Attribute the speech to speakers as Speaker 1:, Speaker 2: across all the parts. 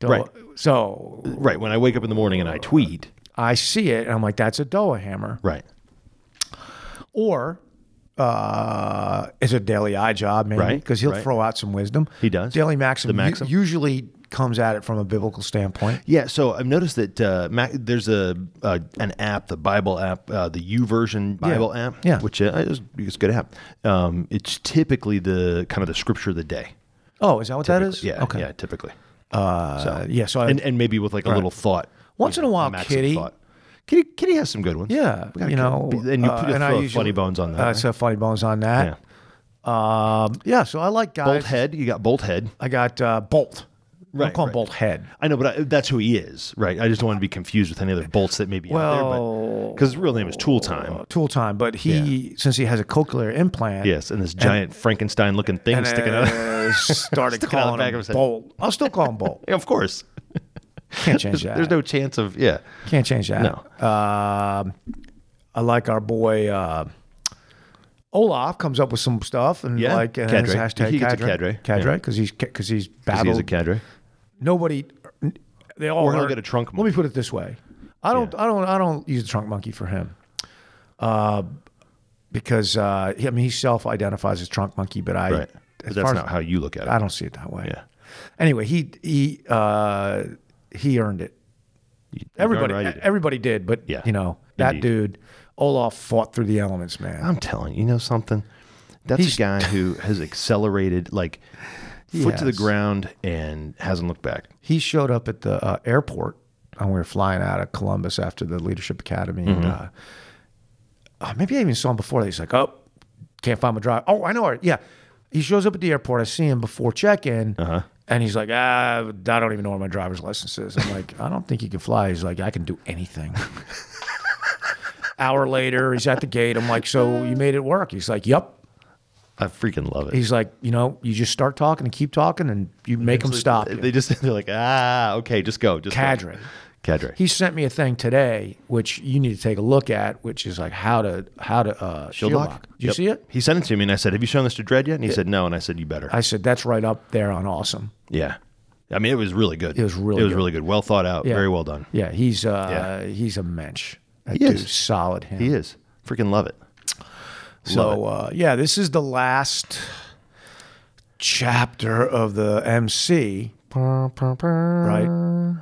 Speaker 1: Doa.
Speaker 2: Right.
Speaker 1: So
Speaker 2: Right. When I wake up in the morning and I tweet.
Speaker 1: I see it and I'm like, that's a Doa hammer.
Speaker 2: Right.
Speaker 1: Or uh, it's a daily eye job, maybe,
Speaker 2: Right,
Speaker 1: because he'll
Speaker 2: right.
Speaker 1: throw out some wisdom.
Speaker 2: He does.
Speaker 1: Daily Maxim,
Speaker 2: The
Speaker 1: u-
Speaker 2: Maxim.
Speaker 1: usually comes at it from a biblical standpoint.
Speaker 2: Yeah, so I've noticed that uh, Mac, there's a uh, an app, the Bible app, uh, the U Version Bible app,
Speaker 1: yeah.
Speaker 2: which uh, is it's a good app. Um, it's typically the kind of the scripture of the day.
Speaker 1: Oh, is that what that is?
Speaker 2: Yeah,
Speaker 1: Okay.
Speaker 2: yeah, typically,
Speaker 1: Uh, yeah. So I,
Speaker 2: and and maybe with like a little thought
Speaker 1: Once
Speaker 2: you
Speaker 1: in a while,
Speaker 2: maxim
Speaker 1: Kitty-
Speaker 2: Kitty, Kitty has some good ones.
Speaker 1: yeah,
Speaker 2: We gotta
Speaker 1: you know,
Speaker 2: keep- and you
Speaker 1: uh,
Speaker 2: put a
Speaker 1: and I
Speaker 2: throw a
Speaker 1: usually-
Speaker 2: funny bones on that.
Speaker 1: Uh,
Speaker 2: right?
Speaker 1: So funny bones on that. Yeah. Um, yeah. So I like guys.
Speaker 2: Bolt head, you got bolt head.
Speaker 1: I got uh, Bolt. I don't
Speaker 2: Right,
Speaker 1: call him
Speaker 2: right.
Speaker 1: Bolt Head.
Speaker 2: I know, but I, that's who he is, right? I just don't want to be confused with any other bolts that may be out there.
Speaker 1: Well-
Speaker 2: Because his real name is Tool Time.
Speaker 1: Tool time, but he since he has a cochlear implant,
Speaker 2: Yes, and this giant Frankenstein-looking thing
Speaker 1: and,
Speaker 2: sticking out.
Speaker 1: uh, started
Speaker 2: Sticking out the
Speaker 1: calling
Speaker 2: back
Speaker 1: him
Speaker 2: of his head.
Speaker 1: Bolt. I'll still call him Bolt.
Speaker 2: Yeah, of course.
Speaker 1: Can't change that.
Speaker 2: There's no chance of yeah.
Speaker 1: Can't change that.
Speaker 2: No.
Speaker 1: Um, I like our boy uh, Olaf comes up with some stuff and
Speaker 2: Yeah,
Speaker 1: like and his
Speaker 2: cadre.
Speaker 1: hashtag
Speaker 2: He gets a
Speaker 1: cadre.
Speaker 2: cadre,
Speaker 1: Cadre,
Speaker 2: yeah.
Speaker 1: because he's because he's
Speaker 2: Because
Speaker 1: battled.
Speaker 2: he is a cadre.
Speaker 1: Nobody. They all.
Speaker 2: Or he'll
Speaker 1: learn-
Speaker 2: get a trunk
Speaker 1: Let me put it this way. I don't. I don't. I don't use the trunk monkey for him. Uh, because uh, he- I mean, he self-identifies as trunk monkey, but I.
Speaker 2: Right. But
Speaker 1: as
Speaker 2: that's
Speaker 1: far
Speaker 2: not
Speaker 1: as-
Speaker 2: how you look at it.
Speaker 1: I don't see it that way.
Speaker 2: Yeah.
Speaker 1: Anyway, he he uh, he earned it.
Speaker 2: You- you're
Speaker 1: Everybody
Speaker 2: darn right you do.
Speaker 1: everybody did, but
Speaker 2: Yeah.
Speaker 1: you know that
Speaker 2: Indeed.
Speaker 1: dude Olaf fought through the elements, man.
Speaker 2: I'm telling you, you know something. That's
Speaker 1: He's-
Speaker 2: a guy who has accelerated like foot to the
Speaker 1: Yes.
Speaker 2: ground and hasn't looked back.
Speaker 1: he showed up at the uh, airport and we were flying out of Columbus after the leadership academy and uh, uh, maybe I even saw him before that. He's like, oh, can't find my drive. Oh, I know her. Yeah. He shows up at the airport. I see him before check in. And he's like, ah, I don't even know where my driver's license is. I'm like, I don't think he can fly. He's like, I can do anything. Hour later, he's at the gate. I'm like, so you made it work? He's like, yep.
Speaker 2: I freaking love it.
Speaker 1: He's like, you know, you just start talking and keep talking and you make them stop. you."
Speaker 2: They just they're like, ah, okay, just go. Just go."
Speaker 1: Cadre.
Speaker 2: Cadre.
Speaker 1: he sent me a thing today which you need to take a look at which is like how to how to uh shield, lock. Did you
Speaker 2: Yep.
Speaker 1: see it
Speaker 2: He sent it to me and I said, Have you shown this to Dread yet? And he said, No. And I said, You better.
Speaker 1: i said that's right up there on awesome
Speaker 2: yeah. I mean, it was really good. It
Speaker 1: was really
Speaker 2: It was
Speaker 1: good.
Speaker 2: really good. Well thought out.
Speaker 1: Yeah.
Speaker 2: Very well done.
Speaker 1: yeah he's uh
Speaker 2: Yeah.
Speaker 1: he's a mensch that
Speaker 2: He is.
Speaker 1: dude's solid him.
Speaker 2: He is. Freaking love it.
Speaker 1: so uh yeah this is the last chapter of the mc right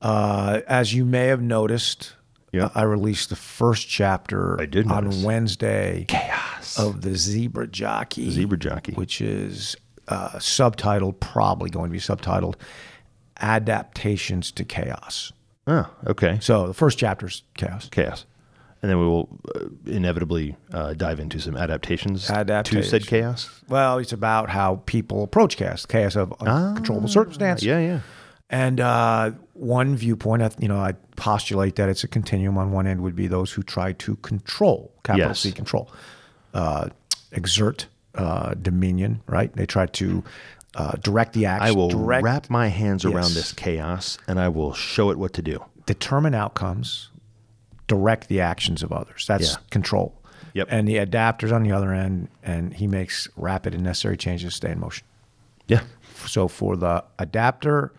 Speaker 1: uh as you may have noticed
Speaker 2: Yeah.
Speaker 1: i released the first chapter
Speaker 2: I did
Speaker 1: on
Speaker 2: notice.
Speaker 1: wednesday
Speaker 2: Chaos.
Speaker 1: of the zebra jockey
Speaker 2: Zebra jockey.
Speaker 1: which is uh, subtitled, probably going to be subtitled, Adaptations to Chaos.
Speaker 2: Oh, okay.
Speaker 1: So the first chapter's chaos.
Speaker 2: chaos. And then we will uh, inevitably uh, dive into some adaptations to
Speaker 1: Adaptations.
Speaker 2: said chaos.
Speaker 1: Well, it's about how people approach chaos, chaos of uncontrollable circumstance.
Speaker 2: Ah, Yeah, yeah.
Speaker 1: And uh, one viewpoint, I- you know, I postulate that it's a continuum. On one end would be those who try to control, capital
Speaker 2: Yes.
Speaker 1: C control, uh, exert uh, dominion, right? They try to uh, direct the action,
Speaker 2: I will
Speaker 1: direct,
Speaker 2: wrap my hands
Speaker 1: Yes.
Speaker 2: around this chaos and I will show it what to do.
Speaker 1: determine outcomes, direct the actions of others. That's
Speaker 2: Yeah.
Speaker 1: control.
Speaker 2: Yep.
Speaker 1: And the adapter's on the other end, and he makes rapid and necessary changes to stay in motion.
Speaker 2: Yeah.
Speaker 1: So for the adapter,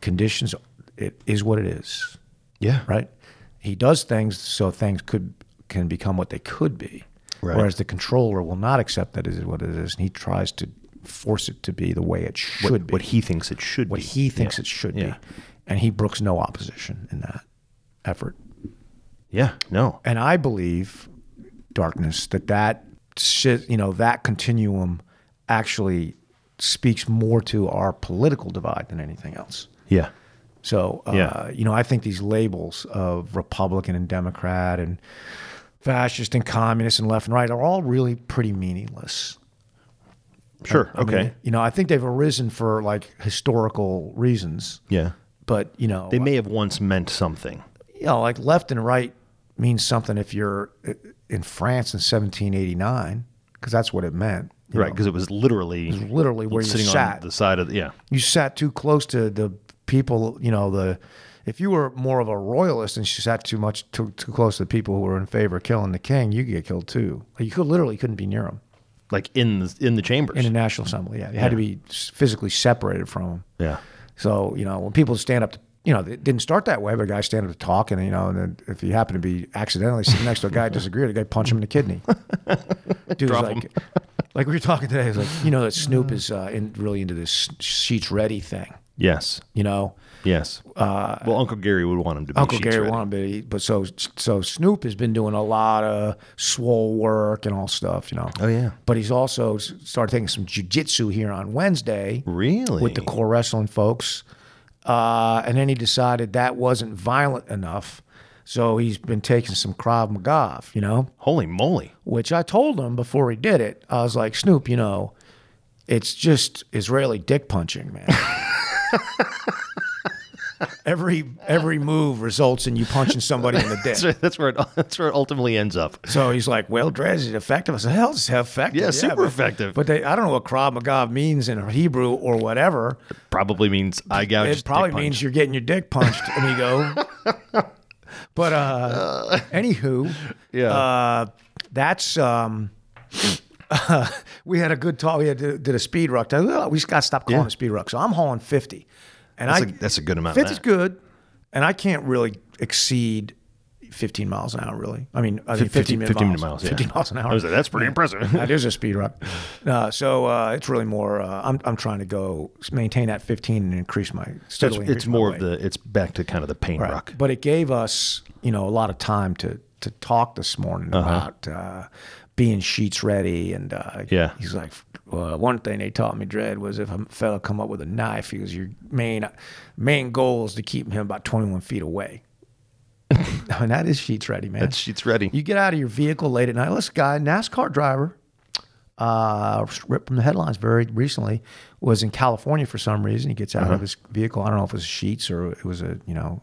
Speaker 1: conditions it is what it is,
Speaker 2: Yeah.
Speaker 1: right? He does things so things could can become what they could be.
Speaker 2: Right.
Speaker 1: Whereas the controller will not accept that it is what it is, and he tries to force it to be the way it should
Speaker 2: What,
Speaker 1: be
Speaker 2: what he thinks it should
Speaker 1: what
Speaker 2: be.
Speaker 1: he thinks it should
Speaker 2: Yeah.
Speaker 1: be. And he brooks no opposition in that effort.
Speaker 2: Yeah. No.
Speaker 1: And I believe, darkness, that that shit, you know, that continuum actually speaks more to our political divide than anything else.
Speaker 2: Yeah.
Speaker 1: So, uh,
Speaker 2: Yeah.
Speaker 1: you know, I think these labels of Republican and Democrat and fascist and communist and left and right are all really pretty meaningless.
Speaker 2: Sure.
Speaker 1: I mean,
Speaker 2: okay.
Speaker 1: you know, I think they've arisen for like historical reasons.
Speaker 2: yeah.
Speaker 1: But, you know,
Speaker 2: They may have once meant something.
Speaker 1: you know, like left and right means something if you're uh, in France in 1789, because that's what it meant. you
Speaker 2: Right.
Speaker 1: know.
Speaker 2: Because it was literally
Speaker 1: literally where you
Speaker 2: sitting
Speaker 1: sat.
Speaker 2: on the side of the, yeah.
Speaker 1: You sat too close to the people, you know, the. If you were more of a royalist and you sat too much too, too close to the people who were in favor of killing the king, you could get killed too. Like, You could literally couldn't be near them
Speaker 2: Like in the, in the chambers.
Speaker 1: in the National Assembly. Yeah, you had to be s- physically separated from them.
Speaker 2: yeah.
Speaker 1: So you know, when people stand up to you know, it didn't start that way, but a guy stand up to talk, and you know, and then if you happen to be accidentally sitting next to a guy that disagree with the guy, punch him in the kidney. Dude, was
Speaker 2: Drop
Speaker 1: like,
Speaker 2: him.
Speaker 1: like we were talking today, it's like you know that Snoop is uh, in, really into this sheets ready thing.
Speaker 2: Yes.
Speaker 1: You know,
Speaker 2: Yes. Uh, well, Uncle Gary would want him to be.
Speaker 1: Uncle
Speaker 2: sheets
Speaker 1: Gary
Speaker 2: ready.
Speaker 1: wanted to be, but so so Snoop has been doing a lot of swole work and all stuff, you know.
Speaker 2: Oh, yeah.
Speaker 1: But he's also s- started taking some jujitsu here on Wednesday
Speaker 2: Really?
Speaker 1: with the core wrestling folks, uh, and then he decided that wasn't violent enough, so he's been taking some Krav Maga, you know
Speaker 2: Holy moly.
Speaker 1: which I told him before he did it. I was like, Snoop, you know, it's just Israeli dick punching, man. every every move results in you punching somebody in the dick.
Speaker 2: That's, that's where it, that's where it ultimately ends up.
Speaker 1: So he's like, "Well, Dred, is it effective?" I said, "Hell, it's effective.
Speaker 2: Yeah, super
Speaker 1: but-
Speaker 2: effective.
Speaker 1: But they, I don't know what Krav Maga means in Hebrew or whatever.
Speaker 2: Probably means I gouge.
Speaker 1: It
Speaker 2: dick
Speaker 1: probably
Speaker 2: punch.
Speaker 1: means you're getting your dick punched, amigo. but uh, anywho,
Speaker 2: Yeah.
Speaker 1: uh, that's um, we had a good talk. We had did a speed ruck. I- well, we just got to stop calling it speed ruck. So I'm hauling fifty, and
Speaker 2: That's
Speaker 1: I
Speaker 2: a- that's a good amount of
Speaker 1: 50's
Speaker 2: that.
Speaker 1: good, and I can't really exceed. 15 miles an hour, really. I mean, I mean, 15,
Speaker 2: 15
Speaker 1: minute
Speaker 2: 15
Speaker 1: miles.
Speaker 2: miles, yeah.
Speaker 1: 15 miles an hour.
Speaker 2: I was like, that's pretty impressive.
Speaker 1: That is a speed run. Uh, so uh, it's really more. Uh, I'm I'm trying to go maintain that 15 and increase my.
Speaker 2: It's,
Speaker 1: Steadily
Speaker 2: it's
Speaker 1: increase my
Speaker 2: more
Speaker 1: weight.
Speaker 2: of the. It's back to kind of the pain
Speaker 1: Right.
Speaker 2: rock.
Speaker 1: But it gave us, you know, a lot of time to to talk this morning
Speaker 2: Uh-huh.
Speaker 1: about uh, being sheets ready. And uh,
Speaker 2: Yeah.
Speaker 1: he's like, well, one thing they taught me, Dread, was if a fella come up with a knife, he goes, your main main goal is to keep him about 21 feet away. I mean, that is sheets ready, man.
Speaker 2: That sheet's ready.
Speaker 1: You get out of your vehicle late at night. This guy, NASCAR driver, uh, ripped from the headlines very recently, was in California for some reason. He gets out
Speaker 2: Uh-huh.
Speaker 1: of his vehicle. I don't know if it was sheets or it was a you know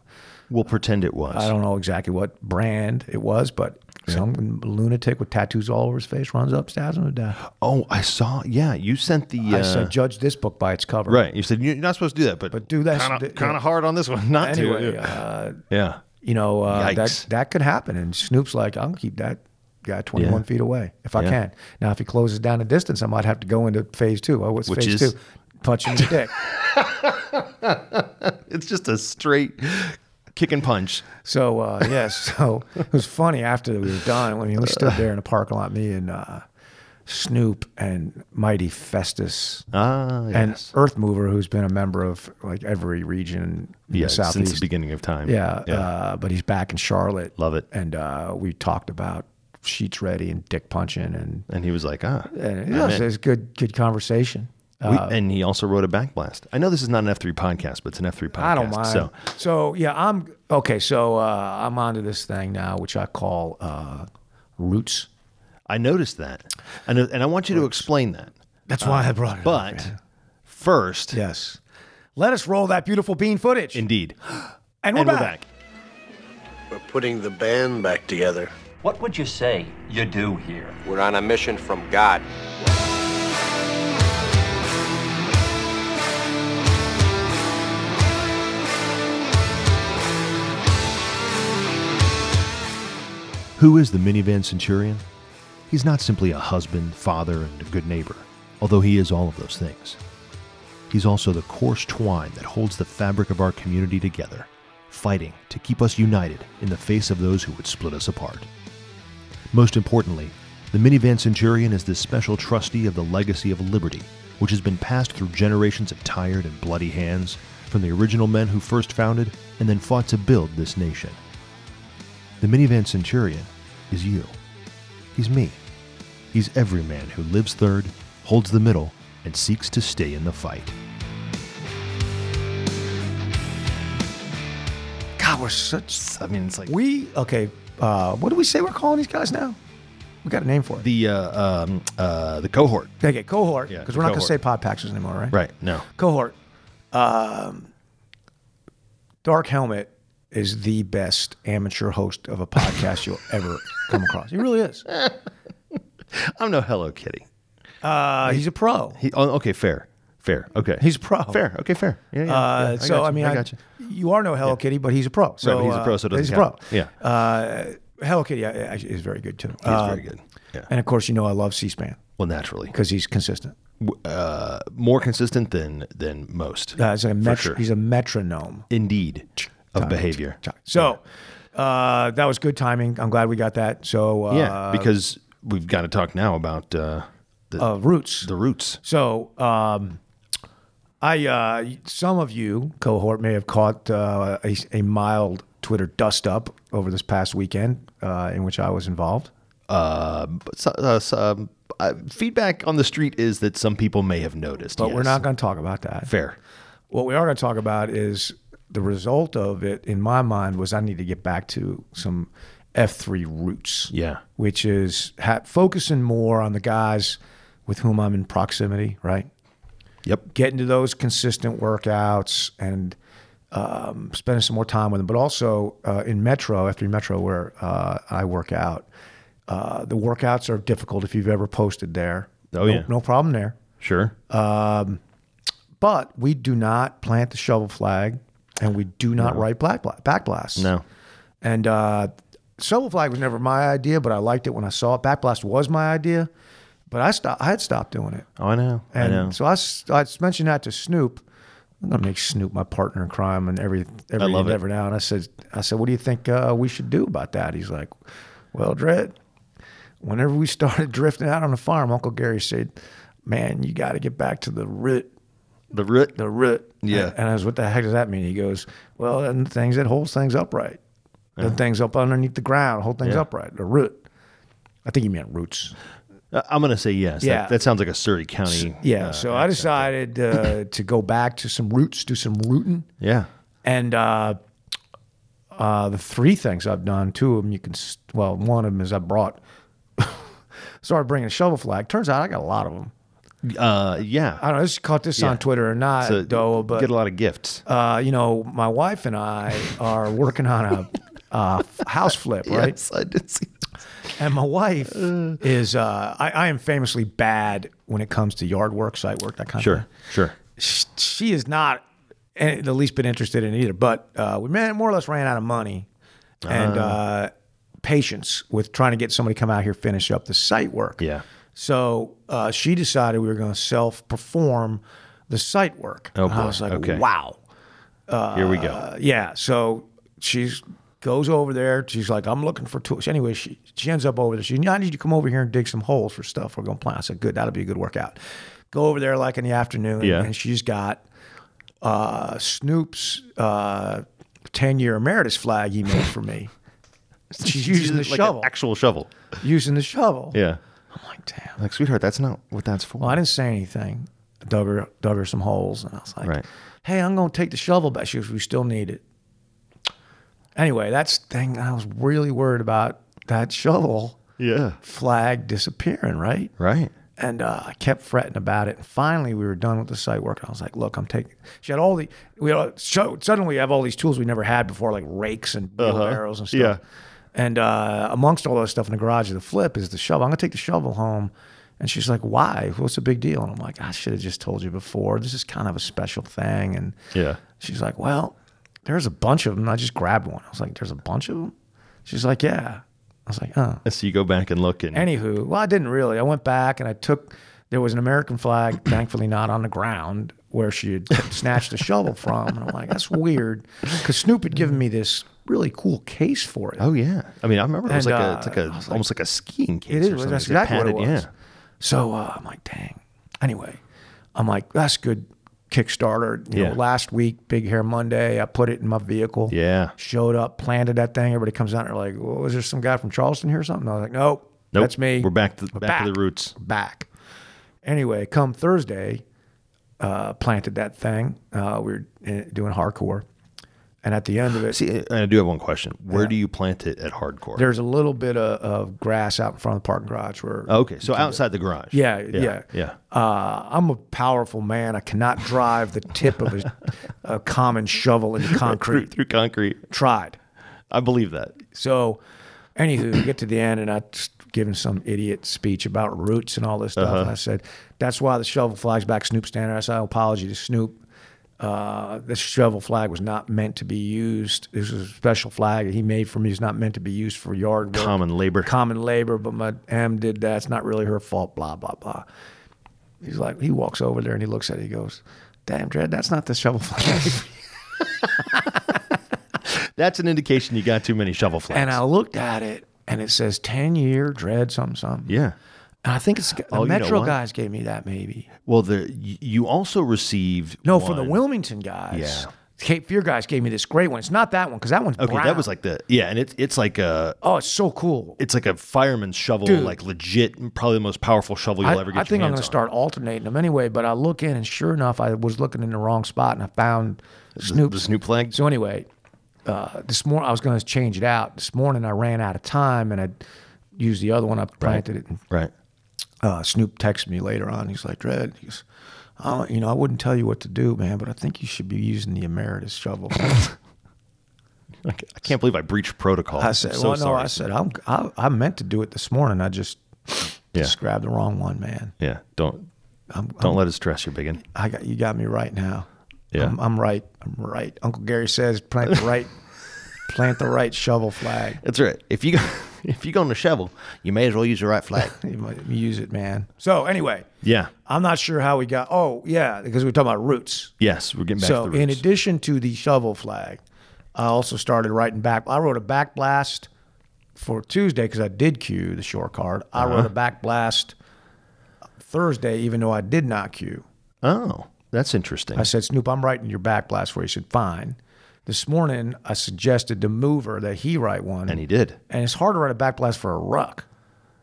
Speaker 2: we'll pretend it was.
Speaker 1: I don't know exactly what brand it was, but some lunatic with tattoos all over his face runs up, stabs him to death.
Speaker 2: oh, I saw. Yeah, you sent the.
Speaker 1: I
Speaker 2: uh,
Speaker 1: said, judge this book by its cover.
Speaker 2: right. You said you're not supposed to do that, but
Speaker 1: do that-
Speaker 2: Kind
Speaker 1: th-
Speaker 2: of kind of hard on this one. Not
Speaker 1: Anyway,
Speaker 2: to.
Speaker 1: uh,
Speaker 2: yeah.
Speaker 1: you know uh, that
Speaker 2: Yikes.
Speaker 1: that could happen, and Snoop's like, I'm gonna keep that guy 21
Speaker 2: Yeah.
Speaker 1: feet away if I
Speaker 2: Yeah.
Speaker 1: can. Now, if he closes down the distance, I might have to go into phase two. Oh, what's
Speaker 2: Which
Speaker 1: phase
Speaker 2: is-
Speaker 1: two? Punch him in the dick.
Speaker 2: It's just a straight kick and punch.
Speaker 1: So uh, yes, so it was funny after we were done. I mean, we stood there in the parking lot, me and uh, Snoop and Mighty Festus.
Speaker 2: Ah,
Speaker 1: and
Speaker 2: yes.
Speaker 1: Earth Mover, who's been a member of like every region in
Speaker 2: yeah,
Speaker 1: the southeast.
Speaker 2: since the beginning of time.
Speaker 1: yeah, Uh, but he's back in Charlotte.
Speaker 2: Love it.
Speaker 1: And uh, we talked about sheets ready and dick punching, and,
Speaker 2: and he was like, ah.
Speaker 1: and
Speaker 2: I'm
Speaker 1: yeah, it
Speaker 2: in.
Speaker 1: was good, good conversation. Uh,
Speaker 2: We- and he also wrote a backblast. I know this is not an F3 podcast, but it's an F3 podcast.
Speaker 1: I don't mind.
Speaker 2: So,
Speaker 1: So, yeah, I'm okay. So uh, I'm onto this thing now, which I call uh, roots.
Speaker 2: I noticed that. And, uh, and I want you to explain that.
Speaker 1: That's why I brought it.
Speaker 2: But first,
Speaker 1: yes, let us roll that beautiful bean footage.
Speaker 2: indeed.
Speaker 1: and we're
Speaker 2: And we're
Speaker 1: back.
Speaker 2: back.
Speaker 3: We're putting the band back together.
Speaker 4: What would you say you do here?
Speaker 5: We're on a mission from God.
Speaker 2: Who is the minivan centurion? He's not simply a husband, father, and a good neighbor, although he is all of those things. He's also the coarse twine that holds the fabric of our community together, fighting to keep us united in the face of those who would split us apart. Most importantly, the minivan centurion is the special trustee of the legacy of liberty, which has been passed through generations of tired and bloody hands from the original men who first founded and then fought to build this nation. The minivan centurion is you. He's me. He's every man who lives third, holds the middle, and seeks to stay in the fight.
Speaker 1: God, we're such
Speaker 2: I mean, it's like
Speaker 1: We okay. Uh, what do we say we're calling these guys now? We got a name for it.
Speaker 2: the uh, um, uh, the cohort,
Speaker 1: okay, cohort.
Speaker 2: Yeah,
Speaker 1: Because we're not going to
Speaker 2: cohort.
Speaker 1: say pod packers anymore, right?
Speaker 2: right? No,
Speaker 1: Cohort. Um, Dark Helmet is the best amateur host of a podcast you'll ever come across. He really is.
Speaker 2: I'm no Hello Kitty.
Speaker 1: Uh, he's a pro.
Speaker 2: He, oh, okay, fair, fair. Okay,
Speaker 1: He's a pro.
Speaker 2: fair. Okay, fair. Yeah, yeah,
Speaker 1: Uh,
Speaker 2: yeah, I
Speaker 1: so
Speaker 2: got
Speaker 1: I
Speaker 2: you,
Speaker 1: mean,
Speaker 2: I got you.
Speaker 1: are no Hello Kitty, but he's a pro. So
Speaker 2: Right, but he's a
Speaker 1: uh,
Speaker 2: pro, so it doesn't
Speaker 1: he's
Speaker 2: count.
Speaker 1: a pro.
Speaker 2: Yeah.
Speaker 1: Uh, Hello Kitty uh, actually is very good too. He's
Speaker 2: very good. Yeah.
Speaker 1: And of course, you know I love C-SPAN
Speaker 2: Well, naturally,
Speaker 1: because he's consistent.
Speaker 2: w- uh, more consistent than than most.
Speaker 1: Uh, he's like a
Speaker 2: For
Speaker 1: metro-
Speaker 2: sure.
Speaker 1: he's a metronome.
Speaker 2: indeed of behavior.
Speaker 1: So uh, that was good timing. I'm glad we got that. So uh,
Speaker 2: yeah, because we've got to talk now about uh, the
Speaker 1: uh, roots.
Speaker 2: the roots.
Speaker 1: So um, I uh, some of you cohort may have caught uh, a, a mild Twitter dust up over this past weekend uh, in which I was involved.
Speaker 2: Uh, but so, uh, so, um, uh, feedback on the street is that some people may have noticed,
Speaker 1: But we're
Speaker 2: yes.
Speaker 1: not going to talk about that.
Speaker 2: fair.
Speaker 1: What we are going to talk about is the result of it. In my mind, was I need to get back to some F three roots.
Speaker 2: Yeah.
Speaker 1: which is ha- focusing more on the guys with whom I'm in proximity. Right.
Speaker 2: Yep.
Speaker 1: getting to those consistent workouts and um, spending some more time with them. But also uh, in Metro, after Metro, where uh, I work out, uh, the workouts are difficult if you've ever posted there. no,
Speaker 2: Oh, yeah.
Speaker 1: no problem there.
Speaker 2: Sure.
Speaker 1: Uh, But we do not plant the shovel flag, and we do not write black bla- backblasts.
Speaker 2: No.
Speaker 1: And uh, shovel flag was never my idea, but I liked it when I saw it. Backblast was my idea, but I stopped. I had stopped doing it.
Speaker 2: oh, I know.
Speaker 1: And
Speaker 2: I know.
Speaker 1: so I, s- I s- mentioned that to Snoop. I'm gonna make Snoop my partner in crime and every every
Speaker 2: love it.
Speaker 1: endeavor now. And I said, I said, what do you think uh, we should do about that? He's like, well, Dred, whenever we started drifting out on the farm, Uncle Gary said, man, you got to get back to the root,
Speaker 2: the root.
Speaker 1: the root.
Speaker 2: Yeah.
Speaker 1: And I was, what the heck does that mean? He goes, well, and the things that holds things upright, the things up underneath the ground, hold things
Speaker 2: Yeah.
Speaker 1: upright, the root. I think he meant roots.
Speaker 2: Uh, I'm going to say yes. That-
Speaker 1: Yeah.
Speaker 2: That, sounds like a Surrey County.
Speaker 1: Yeah.
Speaker 2: uh,
Speaker 1: so I
Speaker 2: accent.
Speaker 1: decided uh, to go back to some roots, do some rooting.
Speaker 2: Yeah.
Speaker 1: And uh, uh, the three things I've done, two of them you can, s- well, one of them is I brought, started bringing a shovel flag. Turns out I got a lot of them.
Speaker 2: Uh, yeah.
Speaker 1: I don't know, I just caught this
Speaker 2: Yeah.
Speaker 1: on Twitter or not,
Speaker 2: So
Speaker 1: though,
Speaker 2: you
Speaker 1: but
Speaker 2: get a lot of gifts.
Speaker 1: uh, you know, my wife and I are working on a uh, house flip, right?
Speaker 2: Yes, I did see.
Speaker 1: And my wife is, uh, I, I am famously bad when it comes to yard work, site work, that kind of
Speaker 2: Sure.
Speaker 1: thing.
Speaker 2: Sure.
Speaker 1: sh- she is not a- the least bit interested in it either. But uh, we man, more or less ran out of money and uh.
Speaker 2: Uh-huh.
Speaker 1: patience with trying to get somebody to come out here finish up the site work.
Speaker 2: Yeah.
Speaker 1: So uh, she decided we were going to self perform the site work.
Speaker 2: Oh,
Speaker 1: and I
Speaker 2: boy.
Speaker 1: was like,
Speaker 2: Okay.
Speaker 1: wow.
Speaker 2: Here we go.
Speaker 1: Uh, yeah. So she goes over there. She's like, I'm looking for tools. Anyway, she, she ends up over there. She, I need you to come over here and dig some holes for stuff we're going to plant. I said, good. That'll be a good workout. Go over there like in the afternoon.
Speaker 2: Yeah.
Speaker 1: And she's got uh, Snoop's 10 year emeritus flag he made for me. She's using the
Speaker 2: Like an
Speaker 1: shovel.
Speaker 2: actual shovel.
Speaker 1: using the shovel.
Speaker 2: Yeah.
Speaker 1: I'm like, damn.
Speaker 2: Like, sweetheart, that's not what that's for.
Speaker 1: Well, I didn't say anything. I dug her, dug her some holes, and I was like,
Speaker 2: Right.
Speaker 1: "Hey, I'm gonna take the shovel back." She goes, "We still need it." Anyway, that's the thing. I was really worried about that shovel
Speaker 2: Yeah.
Speaker 1: flag disappearing, right?
Speaker 2: Right.
Speaker 1: And uh, I kept fretting about it. And finally, we were done with the site work. And I was like, "Look, I'm taking." She had all the we all, so suddenly we have all these tools we never had before, like rakes and wheelbarrows and stuff.
Speaker 2: Uh-huh. Yeah.
Speaker 1: And uh, amongst all that stuff in the garage, the flip is the shovel. I'm gonna take the shovel home. And she's like, "Why? What's the big deal?" And I'm like, "I should have just told you before. This is kind of a special thing." And
Speaker 2: Yeah.
Speaker 1: she's like, "Well, there's a bunch of them. I just grabbed one." I was like, "There's a bunch of them." She's like, "Yeah." I was like, "Oh."
Speaker 2: So you go back and look and
Speaker 1: Anywho, well, I didn't really. I went back and I took. There was an American flag, thankfully not on the ground where she had snatched the shovel from, and I'm like, that's weird, because Snoop had given me this really cool case for it.
Speaker 2: Oh yeah. I mean, I remember it was
Speaker 1: And, uh,
Speaker 2: like a it's like a almost like a skiing case.
Speaker 1: it
Speaker 2: or
Speaker 1: is.
Speaker 2: something.
Speaker 1: That's
Speaker 2: It's like
Speaker 1: exactly what it
Speaker 2: padded-
Speaker 1: was. So uh, I'm like, dang. Anyway, I'm like, that's good Kickstarter. You
Speaker 2: Yeah.
Speaker 1: know, last week, Big Hair Monday, I put it in my vehicle.
Speaker 2: Yeah.
Speaker 1: Showed up, planted that thing. Everybody comes out and they're like, well, was there some guy from Charleston here or something? I was like, nope.
Speaker 2: Nope.
Speaker 1: That's me.
Speaker 2: We're back to-
Speaker 1: We're
Speaker 2: back to the roots.
Speaker 1: Back. Anyway, come Thursday, uh, planted that thing. Uh, we were uh, doing hardcore. And at the end of it,
Speaker 2: Yeah. See, and I do have one question. Where do you plant it at hardcore?
Speaker 1: there's a little bit of, of grass out in front of the parking garage where
Speaker 2: Oh, okay, so outside the garage.
Speaker 1: Yeah,
Speaker 2: yeah,
Speaker 1: yeah.
Speaker 2: yeah.
Speaker 1: Uh, I'm a powerful man. I cannot drive the tip of a, a common shovel into
Speaker 2: Through,
Speaker 1: concrete.
Speaker 2: through concrete.
Speaker 1: Tried.
Speaker 2: I believe that.
Speaker 1: So, anywho, we get to the end, and I just giving some idiot speech about roots and all this stuff. And I said, "That's why the shovel flag's back." Snoop standard. I said, "Apology to Snoop. Uh, this shovel flag was not meant to be used. This is a special flag that he made for me. It's not meant to be used for yard work,
Speaker 2: Common labor.
Speaker 1: common labor. But my M did that. It's not really her fault. Blah blah blah." He's like, he walks over there and he looks at it. He goes, "Damn, Dred, that's not the shovel flag."
Speaker 2: That's an indication you got too many shovel flags.
Speaker 1: and I looked at it, and it says ten year Dred something something.
Speaker 2: yeah.
Speaker 1: And I think it's the
Speaker 2: Oh, you know
Speaker 1: Metro
Speaker 2: what?
Speaker 1: guys gave me that maybe.
Speaker 2: Well, the you you also received
Speaker 1: No, from the
Speaker 2: one-
Speaker 1: Wilmington guys.
Speaker 2: Yeah.
Speaker 1: Cape Fear guys gave me this great one. It's not that one because that one's
Speaker 2: Okay, that
Speaker 1: brown.
Speaker 2: was like the yeah, and it's it's like a
Speaker 1: oh, it's so cool.
Speaker 2: it's like a fireman's shovel,
Speaker 1: Dude.
Speaker 2: like legit, probably the most powerful shovel you'll
Speaker 1: I,
Speaker 2: ever
Speaker 1: I
Speaker 2: get.
Speaker 1: think
Speaker 2: your
Speaker 1: I'm going
Speaker 2: hands
Speaker 1: to
Speaker 2: on.
Speaker 1: start alternating them anyway. But I look in, and sure enough, I was looking in the wrong spot, and I found Snoop.
Speaker 2: the Snoop flag?
Speaker 1: So anyway, uh, this morning I was going to change it out. This morning I ran out of time, and I used the other one. I planted it. And,
Speaker 2: Right.
Speaker 1: uh, Snoop texted me later on. He's like, "Dred, he's, I don't, you know, I wouldn't tell you what to do, man, but I think you should be using the emeritus shovel."
Speaker 2: Okay. I can't believe I breached protocol.
Speaker 1: I said,
Speaker 2: I'm so
Speaker 1: "Well, no,"
Speaker 2: sorry.
Speaker 1: I said, I'm, I, I meant to do it this morning. I just
Speaker 2: Yeah.
Speaker 1: just grabbed the wrong one, man.
Speaker 2: yeah, don't
Speaker 1: I'm,
Speaker 2: don't let it stress you, biggin.
Speaker 1: I got you got me right now.
Speaker 2: Yeah.
Speaker 1: I'm, I'm right. I'm right. Uncle Gary says plant the right, plant the right shovel flag.
Speaker 2: That's right. If you if you go on a shovel, you may as well use your right flag.
Speaker 1: You might use it, man. So anyway,
Speaker 2: yeah.
Speaker 1: I'm not sure how we got. Oh yeah, because we were talking about roots.
Speaker 2: Yes, we're getting back
Speaker 1: so
Speaker 2: to the
Speaker 1: in
Speaker 2: roots.
Speaker 1: addition to the shovel flag, I also started writing back. I wrote a back blast for Tuesday because I did cue the shore card. I
Speaker 2: Uh-huh.
Speaker 1: wrote a back blast Thursday, even though I did not cue.
Speaker 2: oh, that's interesting.
Speaker 1: I said, Snoop, I'm writing your back blast for you. He said, fine. This morning, I suggested to Mover that he write one.
Speaker 2: and he did.
Speaker 1: And it's hard to write a back blast for a ruck.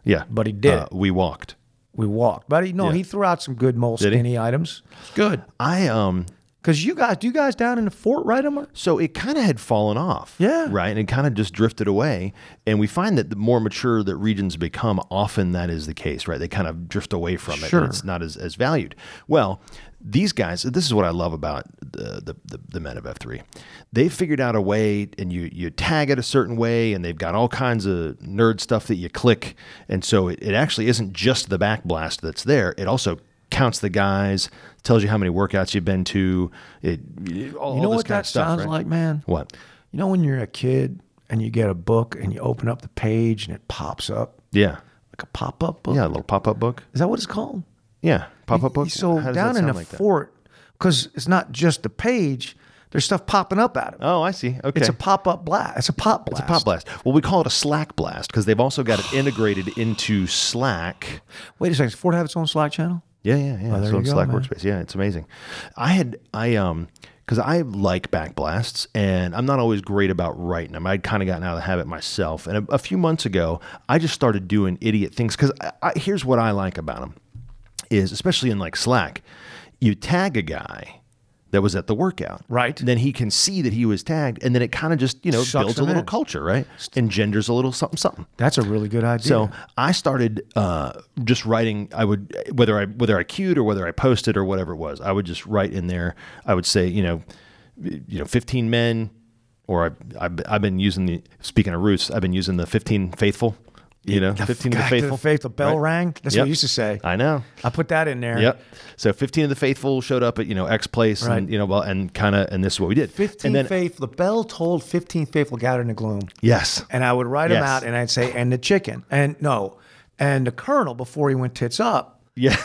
Speaker 2: Yeah,
Speaker 1: But he did
Speaker 2: Uh,
Speaker 1: it.
Speaker 2: we walked.
Speaker 1: We walked. But he, no,
Speaker 2: Yeah.
Speaker 1: he threw out some good
Speaker 2: Did he?
Speaker 1: Moleskine items. Good.
Speaker 2: I um
Speaker 1: Because you guys, do you guys down in the fort write them? Or?
Speaker 2: So it kind of had fallen off.
Speaker 1: Yeah.
Speaker 2: Right. And it kind of just drifted away. And we find that the more mature that regions become, often that is the case, right? They kind of drift away from it.
Speaker 1: Sure.
Speaker 2: And it's not as, as valued. Well, these guys, this is what I love about the, the, the, the men of F3. They figured out a way, and you, you tag it a certain way, and they've got all kinds of nerd stuff that you click. And so it, it actually isn't just the back blast that's there, it also counts the guys, tells you how many workouts you've been to. It, it- all,
Speaker 1: You know
Speaker 2: all this
Speaker 1: what
Speaker 2: kind
Speaker 1: that
Speaker 2: of stuff,
Speaker 1: sounds
Speaker 2: right?
Speaker 1: like, man?
Speaker 2: What?
Speaker 1: You know when you're a kid and you get a book and you open up the page and it pops up
Speaker 2: Yeah.
Speaker 1: like a pop-up book?
Speaker 2: Yeah, a little pop up book.
Speaker 1: Is that what it's called?
Speaker 2: Yeah. Pop up book.
Speaker 1: So
Speaker 2: How does
Speaker 1: down
Speaker 2: that
Speaker 1: in
Speaker 2: sound
Speaker 1: the
Speaker 2: like that?
Speaker 1: fort, because it's not just the page, there's stuff popping up at it.
Speaker 2: Oh, I see. Okay.
Speaker 1: It's a pop-up blast. It's a pop blast.
Speaker 2: It's a pop blast. Well, we call it a Slack blast because they've also got it integrated into Slack.
Speaker 1: Wait a second. Does Ford have its own Slack channel?
Speaker 2: Yeah, yeah, yeah.
Speaker 1: Oh, there
Speaker 2: it's
Speaker 1: you
Speaker 2: on
Speaker 1: go,
Speaker 2: Slack
Speaker 1: man.
Speaker 2: workspace. Yeah, it's amazing. I had I um because I like back blasts and I'm not always great about writing them. I'd kind of gotten out of the habit myself. And a, a few months ago, I just started doing idiot things because I, I, here's what I like about them is especially in like Slack, you tag a guy that was at the workout,
Speaker 1: Right.
Speaker 2: Then he can see that he was tagged, and then it kind of just you know
Speaker 1: Sucks
Speaker 2: builds a
Speaker 1: him
Speaker 2: little
Speaker 1: in.
Speaker 2: culture, right? Engenders a little something, something.
Speaker 1: That's a really good idea.
Speaker 2: So I started uh, just writing. I would whether I whether I queued or whether I posted or whatever it was. I would just write in there. I would say you know, you know, fifteen men, or I I've, I've been using the speaking of roots. I've been using the fifteen faithful. You know, fifteen of the
Speaker 1: Back to
Speaker 2: faithful.
Speaker 1: the faithful bell
Speaker 2: right?
Speaker 1: rang. That's what
Speaker 2: Yep.
Speaker 1: we used to say.
Speaker 2: I know.
Speaker 1: I put that in there.
Speaker 2: Yep. So fifteen of the faithful showed up at you know X place,
Speaker 1: Right.
Speaker 2: and you know, well, and kind of, and this is what we did.
Speaker 1: 15
Speaker 2: and then,
Speaker 1: faithful. The bell told 15 faithful gathered in the gloom.
Speaker 2: Yes.
Speaker 1: And I would write them
Speaker 2: Yes.
Speaker 1: out and I'd say, and the chicken. And no, and the colonel before he went tits up.
Speaker 2: Yeah.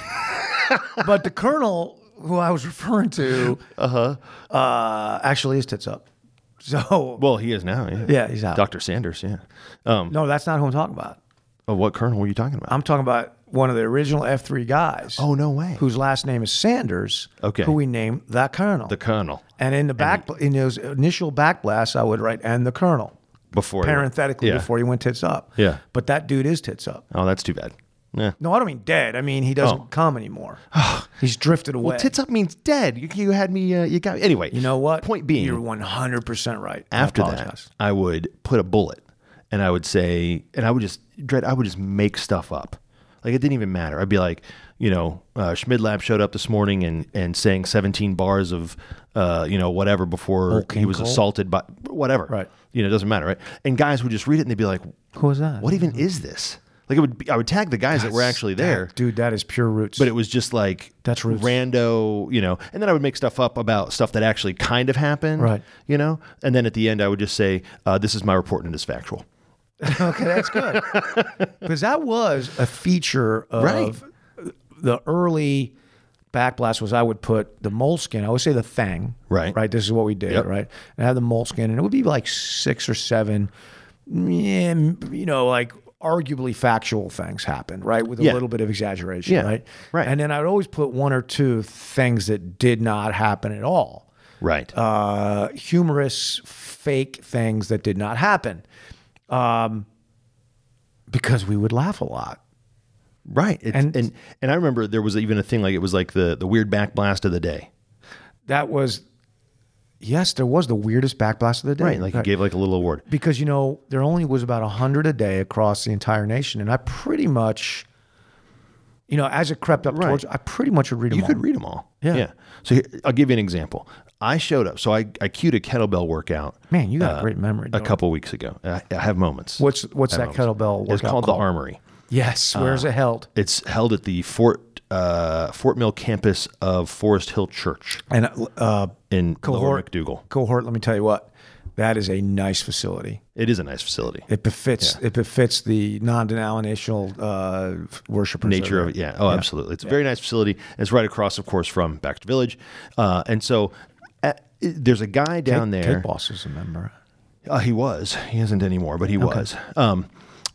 Speaker 1: But the colonel who I was referring to uh-huh. actually is tits up. So,
Speaker 2: Well, he is now. Yeah.
Speaker 1: Yeah, he's out.
Speaker 2: Doctor Sanders. Yeah. Um,
Speaker 1: no, that's not who I'm talking about.
Speaker 2: Oh, what colonel were you talking about?
Speaker 1: I'm talking about one of the original F3 guys.
Speaker 2: Oh, no way.
Speaker 1: Whose last name is Sanders.
Speaker 2: Okay.
Speaker 1: Who we named the Colonel.
Speaker 2: the colonel.
Speaker 1: and in the back, in those initial back blasts, I would write and the Colonel
Speaker 2: before he went-
Speaker 1: parenthetically
Speaker 2: Yeah.
Speaker 1: before he went tits up.
Speaker 2: Yeah.
Speaker 1: But that dude is tits up.
Speaker 2: Oh, that's too bad. Yeah.
Speaker 1: No, I don't mean dead. I mean he doesn't
Speaker 2: Oh.
Speaker 1: come anymore. He's drifted away.
Speaker 2: Well, tits up means dead. You, you had me. Uh, you got anyway.
Speaker 1: You know what?
Speaker 2: Point being,
Speaker 1: you're 100 percent right. I
Speaker 2: after that,
Speaker 1: apologize.
Speaker 2: I would put a bullet, and I would say, and I would just dread. I would just make stuff up. Like it didn't even matter. I'd be like, you know, uh, Schmidlab showed up this morning and and sang 17 bars of, uh, you know, whatever before
Speaker 1: Old King
Speaker 2: he was
Speaker 1: Cole?
Speaker 2: assaulted by whatever.
Speaker 1: Right.
Speaker 2: You know, it doesn't matter, right? And guys would just read it and they'd be like,
Speaker 1: Who was that?
Speaker 2: What even is this? Like it would. Be, I would tag the guys that were actually there.
Speaker 1: dude. That is pure roots.
Speaker 2: but it was just like
Speaker 1: That's roots.
Speaker 2: rando, you know. And then I would make stuff up about stuff that actually kind of happened,
Speaker 1: Right.
Speaker 2: You know, and then at the end I would just say, uh, "This is my report and it is factual."
Speaker 1: okay, that's good because that was a feature of
Speaker 2: Right.
Speaker 1: the early backblast was I would put the moleskin. I would say the thing.
Speaker 2: Right.
Speaker 1: Right. This is what we did.
Speaker 2: Yep.
Speaker 1: Right. And I had the moleskin, and it would be like six or seven. Yeah, you know, like arguably factual things happened, right? With a
Speaker 2: Yeah.
Speaker 1: little bit of exaggeration,
Speaker 2: Yeah.
Speaker 1: right?
Speaker 2: Right.
Speaker 1: And then I'd always put one or two things that did not happen at all
Speaker 2: Right.
Speaker 1: uh, humorous fake things that did not happen um, because we would laugh a lot.
Speaker 2: right. It's,
Speaker 1: and-
Speaker 2: and, and I remember there was even a thing like it was like the the weird backblast of the day.
Speaker 1: That was, yes, there was the weirdest backblast of the day.
Speaker 2: Right. Like you gave like a little award.
Speaker 1: because, you know, there only was about 100 a day across the entire nation. And I pretty much, you know, as it crept up
Speaker 2: Right.
Speaker 1: towards, I pretty much would read them
Speaker 2: You
Speaker 1: all.
Speaker 2: could read them all.
Speaker 1: Yeah.
Speaker 2: Yeah. So here, I'll give you an example. I showed up. So I, I queued a kettlebell workout. uh,
Speaker 1: Man, you got a great memory.
Speaker 2: a
Speaker 1: don't you?
Speaker 2: couple weeks ago. I, I have moments.
Speaker 1: What's, what's
Speaker 2: I
Speaker 1: that
Speaker 2: have moments.
Speaker 1: kettlebell workout
Speaker 2: It's called the Uh, Armory.
Speaker 1: Yes, where's it held?
Speaker 2: It's held at the Fort uh, Fort Mill campus of Forest Hill Church
Speaker 1: And uh,
Speaker 2: in Lower
Speaker 1: cohort
Speaker 2: McDougal.
Speaker 1: Cohort, let me tell you what, that is a nice facility.
Speaker 2: It is a nice facility.
Speaker 1: It befits it befits the non-denominational uh, worshipers.
Speaker 2: nature of it. Yeah. Oh, absolutely. It's a very nice facility. It's right across, of course, from Baxter Village. Uh, and so uh, there's a guy down there.
Speaker 1: Kate Boss is a member.
Speaker 2: Uh, he was. He isn't anymore, but he was. Um,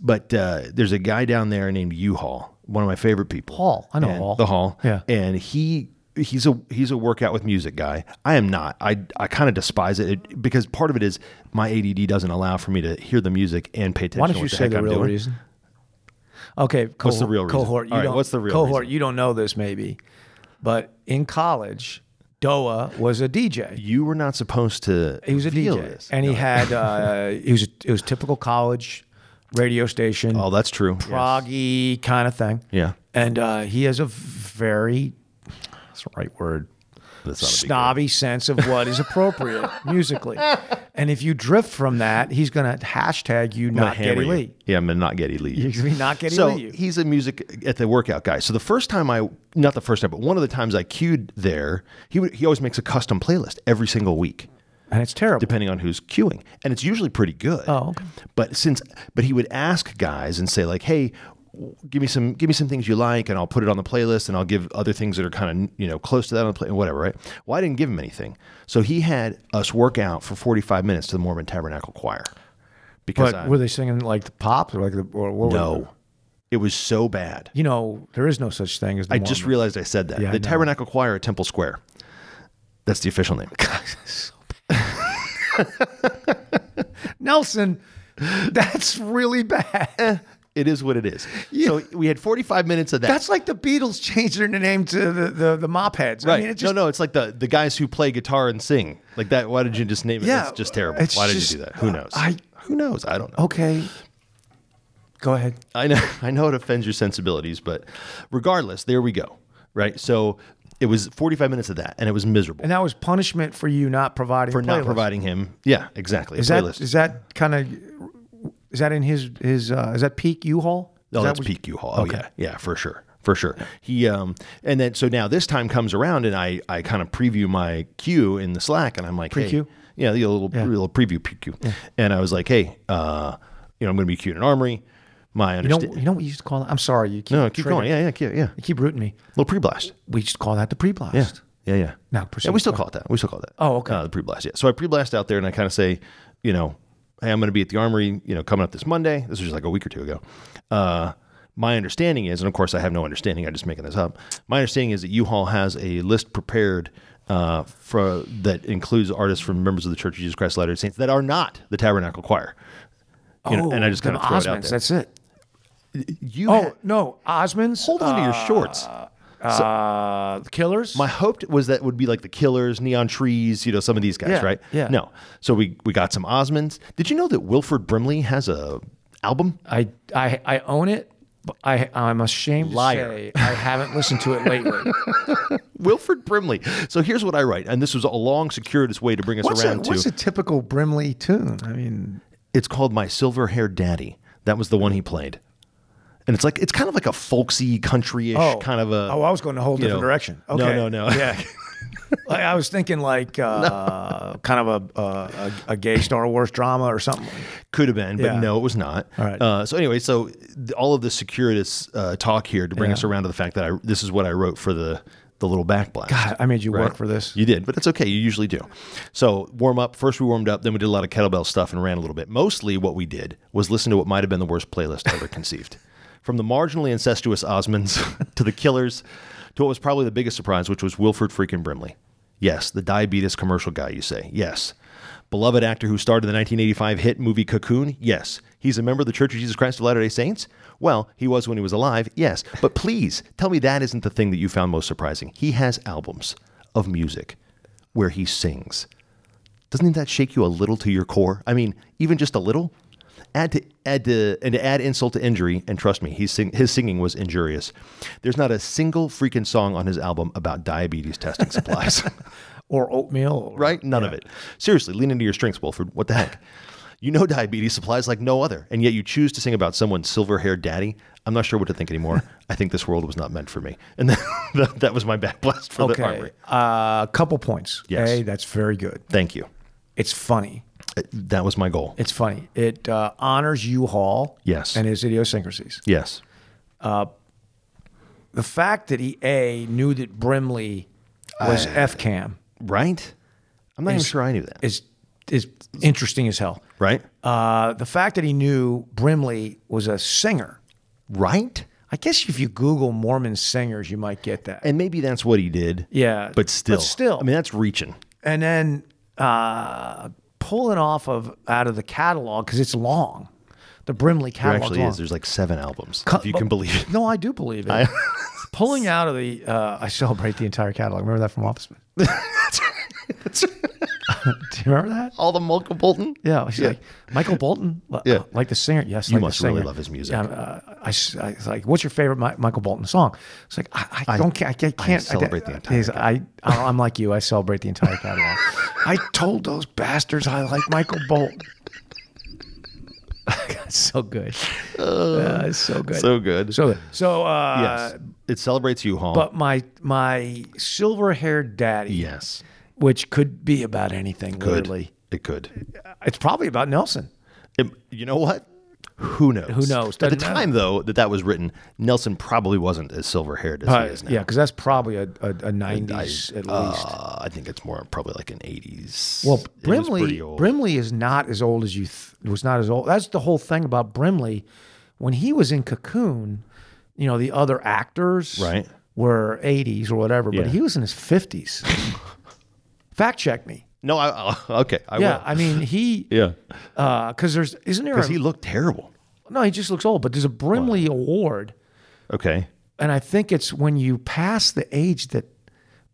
Speaker 2: but uh, there's a guy down there named U Hall, one of my favorite people.
Speaker 1: Hall. I know
Speaker 2: And-
Speaker 1: Hall.
Speaker 2: The Hall.
Speaker 1: Yeah.
Speaker 2: And he he's a he's a workout with music guy. I am not. I I kind of despise it. it because part of it is my ADD doesn't allow for me to hear the music and pay attention.
Speaker 1: Why don't
Speaker 2: to
Speaker 1: you
Speaker 2: what the
Speaker 1: say
Speaker 2: heck
Speaker 1: the
Speaker 2: I'm
Speaker 1: real
Speaker 2: doing.
Speaker 1: reason? Okay, cohort,
Speaker 2: What's the real reason?
Speaker 1: cohort? You
Speaker 2: All right,
Speaker 1: don't,
Speaker 2: what's the real
Speaker 1: cohort?
Speaker 2: reason?
Speaker 1: You don't know this, maybe, but in college, Doa was a DJ.
Speaker 2: You were not supposed to.
Speaker 1: He was a
Speaker 2: feel
Speaker 1: DJ,
Speaker 2: this.
Speaker 1: and he had uh, he was it was typical college radio station.
Speaker 2: Oh, that's true. Yes.
Speaker 1: proggy kind of thing.
Speaker 2: Yeah.
Speaker 1: And uh, he has a very, that's the right word,
Speaker 2: That's not a big
Speaker 1: snobby sense of what is appropriate musically. And if you drift from that, he's going to hashtag you
Speaker 2: I'm gonna
Speaker 1: not
Speaker 2: hammer
Speaker 1: Getty
Speaker 2: you.
Speaker 1: Lee.
Speaker 2: Yeah, I'm gonna not Getty Lee.
Speaker 1: You're gonna be not Geddy
Speaker 2: so
Speaker 1: Lee, you.
Speaker 2: he's a music at the workout guy. So the first time I, not the first time, but one of the times I queued there, he would, he always makes a custom playlist every single week,
Speaker 1: And it's terrible.
Speaker 2: depending on who's queuing, and it's usually pretty good.
Speaker 1: Oh, okay.
Speaker 2: But since, but he would ask guys and say like, hey. w- Give me some, give me some things you like, and I'll put it on the playlist, and I'll give other things that are kind of you know close to that on the play, whatever, right? Well, I didn't give him anything, so he had us work out for forty five minutes to the Mormon Tabernacle Choir. Because
Speaker 1: but
Speaker 2: I'm-
Speaker 1: were they singing like the pops or like the, or what were-
Speaker 2: no, it was so bad.
Speaker 1: you know, there is no such thing as the
Speaker 2: I just
Speaker 1: Mormon.
Speaker 2: realized I said that.
Speaker 1: Yeah, I
Speaker 2: the
Speaker 1: know.
Speaker 2: Tabernacle Choir at Temple Square. That's the official name.
Speaker 1: Nelson, that's really
Speaker 2: Eh.
Speaker 1: bad.
Speaker 2: it is what it is. So we had 45 minutes of that.
Speaker 1: That's like the Beatles changing their name to the, the, the mop heads.
Speaker 2: right.
Speaker 1: I mean, it just,
Speaker 2: no, no, it's like the, the guys who play guitar and sing. Like that. Why did you just name it?
Speaker 1: Yeah,
Speaker 2: It's just terrible.
Speaker 1: it's
Speaker 2: why did
Speaker 1: just-
Speaker 2: you do that? Who knows?
Speaker 1: I-
Speaker 2: who knows? I don't know.
Speaker 1: Okay. Go ahead.
Speaker 2: I know I know it offends your sensibilities, but regardless, there we go. Right. So it was 45 minutes of that, and it was miserable
Speaker 1: And that was punishment for you not providing
Speaker 2: for not
Speaker 1: playlists.
Speaker 2: providing him. Yeah, exactly.
Speaker 1: Is
Speaker 2: a
Speaker 1: that
Speaker 2: playlist.
Speaker 1: is that kind of is that in his his uh, is that peak U-Haul? Is
Speaker 2: Oh,
Speaker 1: that
Speaker 2: that's
Speaker 1: what-
Speaker 2: peak U-Haul. Oh, yeah, yeah, for sure, for sure. He um, and then so now this time comes around, and I I kind of preview my queue in the Slack, and I'm like,
Speaker 1: Pre-queue?
Speaker 2: hey, yeah, the little little preview queue, and I was like, hey, uh, you know, I'm going to be queued in Armory. My
Speaker 1: You know
Speaker 2: understanding.
Speaker 1: you know what you used to call that? I'm sorry, you keep
Speaker 2: no, keep
Speaker 1: triggering-
Speaker 2: going. Yeah, yeah, keep, yeah.
Speaker 1: You keep rooting me.
Speaker 2: Little pre-blast.
Speaker 1: We used to call that the pre-blast.
Speaker 2: Yeah, yeah, yeah.
Speaker 1: Now
Speaker 2: yeah,
Speaker 1: proceed.
Speaker 2: we still call it that. We still call it that.
Speaker 1: Oh, okay.
Speaker 2: Uh, the pre-blast. Yeah. So I pre-blast out there, and I kind of say, you know, hey, I'm going to be at the Armory, you know, coming up this Monday. This was just like a week or two ago. Uh, my understanding is, and of course I have no understanding. I'm just making this up. My understanding is that U-Haul has a list prepared uh, for that includes artists from members of the Church of Jesus Christ of Latter-day Saints that are not the Tabernacle Choir. You know, and I just
Speaker 1: Oh, them
Speaker 2: kind of throw it out
Speaker 1: Osmonds,
Speaker 2: there.
Speaker 1: That's it.
Speaker 2: you
Speaker 1: Oh
Speaker 2: ha-
Speaker 1: no, Osmonds.
Speaker 2: hold on to your shorts.
Speaker 1: Uh, the Killers.
Speaker 2: My hope was that would be like the Killers, Neon Trees, you know, some of these guys,
Speaker 1: Yeah,
Speaker 2: right?
Speaker 1: yeah.
Speaker 2: No. So we we got some Osmonds. Did you know that Wilford Brimley has a album?
Speaker 1: I I I own it. But I I'm ashamed
Speaker 2: Liar.
Speaker 1: to say I haven't listened to it lately.
Speaker 2: Wilford Brimley. So here's what I write, and this was a long, circuitous way to bring us
Speaker 1: what's, a,
Speaker 2: around to.
Speaker 1: what's a typical Brimley tune? I mean,
Speaker 2: It's called My Silver Haired Daddy. That was the one he played. And it's like it's kind of like a folksy, country-ish kind of a.
Speaker 1: Oh, I was going a whole
Speaker 2: you
Speaker 1: different
Speaker 2: know,
Speaker 1: direction. Okay.
Speaker 2: No, no, no.
Speaker 1: Yeah. like, I was thinking like uh, kind of a, uh, a a gay Star Wars drama or something.
Speaker 2: Could have been, but
Speaker 1: Yeah.
Speaker 2: no, it was not.
Speaker 1: All right.
Speaker 2: Uh, so anyway, so th- all of the circuitous uh, talk here to bring us around to the fact that I this is what I wrote for the the little back blast.
Speaker 1: God, I made you
Speaker 2: right?
Speaker 1: work for this.
Speaker 2: You did, but that's okay. You usually do. So warm up. First we warmed up, then we did a lot of kettlebell stuff and ran a little bit. Mostly what we did was listen to what might have been the worst playlist ever conceived. From the marginally incestuous Osmonds to the Killers to what was probably the biggest surprise, which was Wilford freaking Brimley. Yes, the diabetes commercial guy, you say. Yes. Beloved actor who starred in the 1985 hit movie Cocoon? Yes. He's a member of the Church of Jesus Christ of Latter day Saints? Well, he was when he was alive, yes. But please tell me that isn't the thing that you found most surprising. He has albums of music where he sings. Doesn't that shake you a little to your core? I mean, even just a little? Add to add to and to add insult to injury, and trust me, he's sing, his singing was injurious. There's not a single freaking song on his album about diabetes testing supplies.
Speaker 1: Or oatmeal. Or,
Speaker 2: right? None of it. Seriously, lean into your strengths, Wilford. What the heck? You know diabetes supplies like no other, and yet you choose to sing about someone's silver haired daddy. I'm not sure what to think anymore. I think this world was not meant for me. And that, that was my backblast for the
Speaker 1: Okay.
Speaker 2: armory.
Speaker 1: A couple points.
Speaker 2: Yes.
Speaker 1: A, that's very good.
Speaker 2: Thank you.
Speaker 1: It's funny.
Speaker 2: Uh, That was my goal.
Speaker 1: It's funny. It uh, honors U Haul.
Speaker 2: Yes.
Speaker 1: And his idiosyncrasies.
Speaker 2: yes.
Speaker 1: The fact that he A knew that Brimley was F cam
Speaker 2: Right? I'm not even
Speaker 1: Is-
Speaker 2: sure I knew that.
Speaker 1: is is interesting as hell.
Speaker 2: right?
Speaker 1: Uh, the fact that he knew Brimley was a singer.
Speaker 2: Right?
Speaker 1: I guess if you Google Mormon singers, you might get that.
Speaker 2: And maybe that's what he did.
Speaker 1: Yeah,
Speaker 2: But
Speaker 1: but
Speaker 2: still.
Speaker 1: still.
Speaker 2: I mean, that's reaching.
Speaker 1: and then uh, pulling off of out of the catalog because it's long. The Brimley
Speaker 2: There
Speaker 1: catalog
Speaker 2: actually
Speaker 1: long.
Speaker 2: is. There's like seven albums,
Speaker 1: Co-
Speaker 2: if you can
Speaker 1: but-
Speaker 2: believe it.
Speaker 1: No, I do believe it. Pulling out of the, uh, I celebrate the entire catalog. Remember that from Office? Man? do you remember that?
Speaker 2: All the Michael Bolton?
Speaker 1: Yeah, he's like Michael Bolton, li- Uh,
Speaker 2: Yeah.
Speaker 1: like the singer. Yes,
Speaker 2: You
Speaker 1: like the
Speaker 2: must really
Speaker 1: singer.
Speaker 2: love his music.
Speaker 1: Yeah, uh, I, s- I was like, what's your favorite Mi- Michael Bolton song? It's like I, I don't care. I can't. can't-
Speaker 2: celebrate the entire
Speaker 1: he's- I, I I'm like you. I celebrate the entire catalog. I told those bastards I like Michael Bolton. so good. Yeah, it's so good.
Speaker 2: Uh, So good.
Speaker 1: So good. So uh,
Speaker 2: yes. It celebrates you, Hall.
Speaker 1: But my my silver haired daddy,
Speaker 2: yes.
Speaker 1: which could be about anything.
Speaker 2: Could.
Speaker 1: Literally,
Speaker 2: It could.
Speaker 1: it's probably about Nelson.
Speaker 2: It- you know what? Who knows?
Speaker 1: Who knows?
Speaker 2: At the
Speaker 1: Doesn't
Speaker 2: time, though, that that was written, Nelson probably wasn't as silver haired as
Speaker 1: Uh,
Speaker 2: he is now.
Speaker 1: yeah, because that's probably a, a, a 90s at least.
Speaker 2: Uh, I think it's more probably like an 80s.
Speaker 1: well,
Speaker 2: It was
Speaker 1: Brimley
Speaker 2: pretty old.
Speaker 1: Brimley is not as old as you th- was not as old. That's the whole thing about Brimley. When he was in Cocoon, you know, the other actors
Speaker 2: Right.
Speaker 1: were 80s or whatever, but
Speaker 2: Yeah.
Speaker 1: he was in his 50s. Fact check me.
Speaker 2: No, I, I'll- okay. I
Speaker 1: yeah,
Speaker 2: will.
Speaker 1: I mean, he
Speaker 2: yeah.
Speaker 1: because there's isn't there a,
Speaker 2: Because he looked terrible.
Speaker 1: no, he just looks old, but there's a Brimley award
Speaker 2: Okay.
Speaker 1: and I think it's when you pass the age that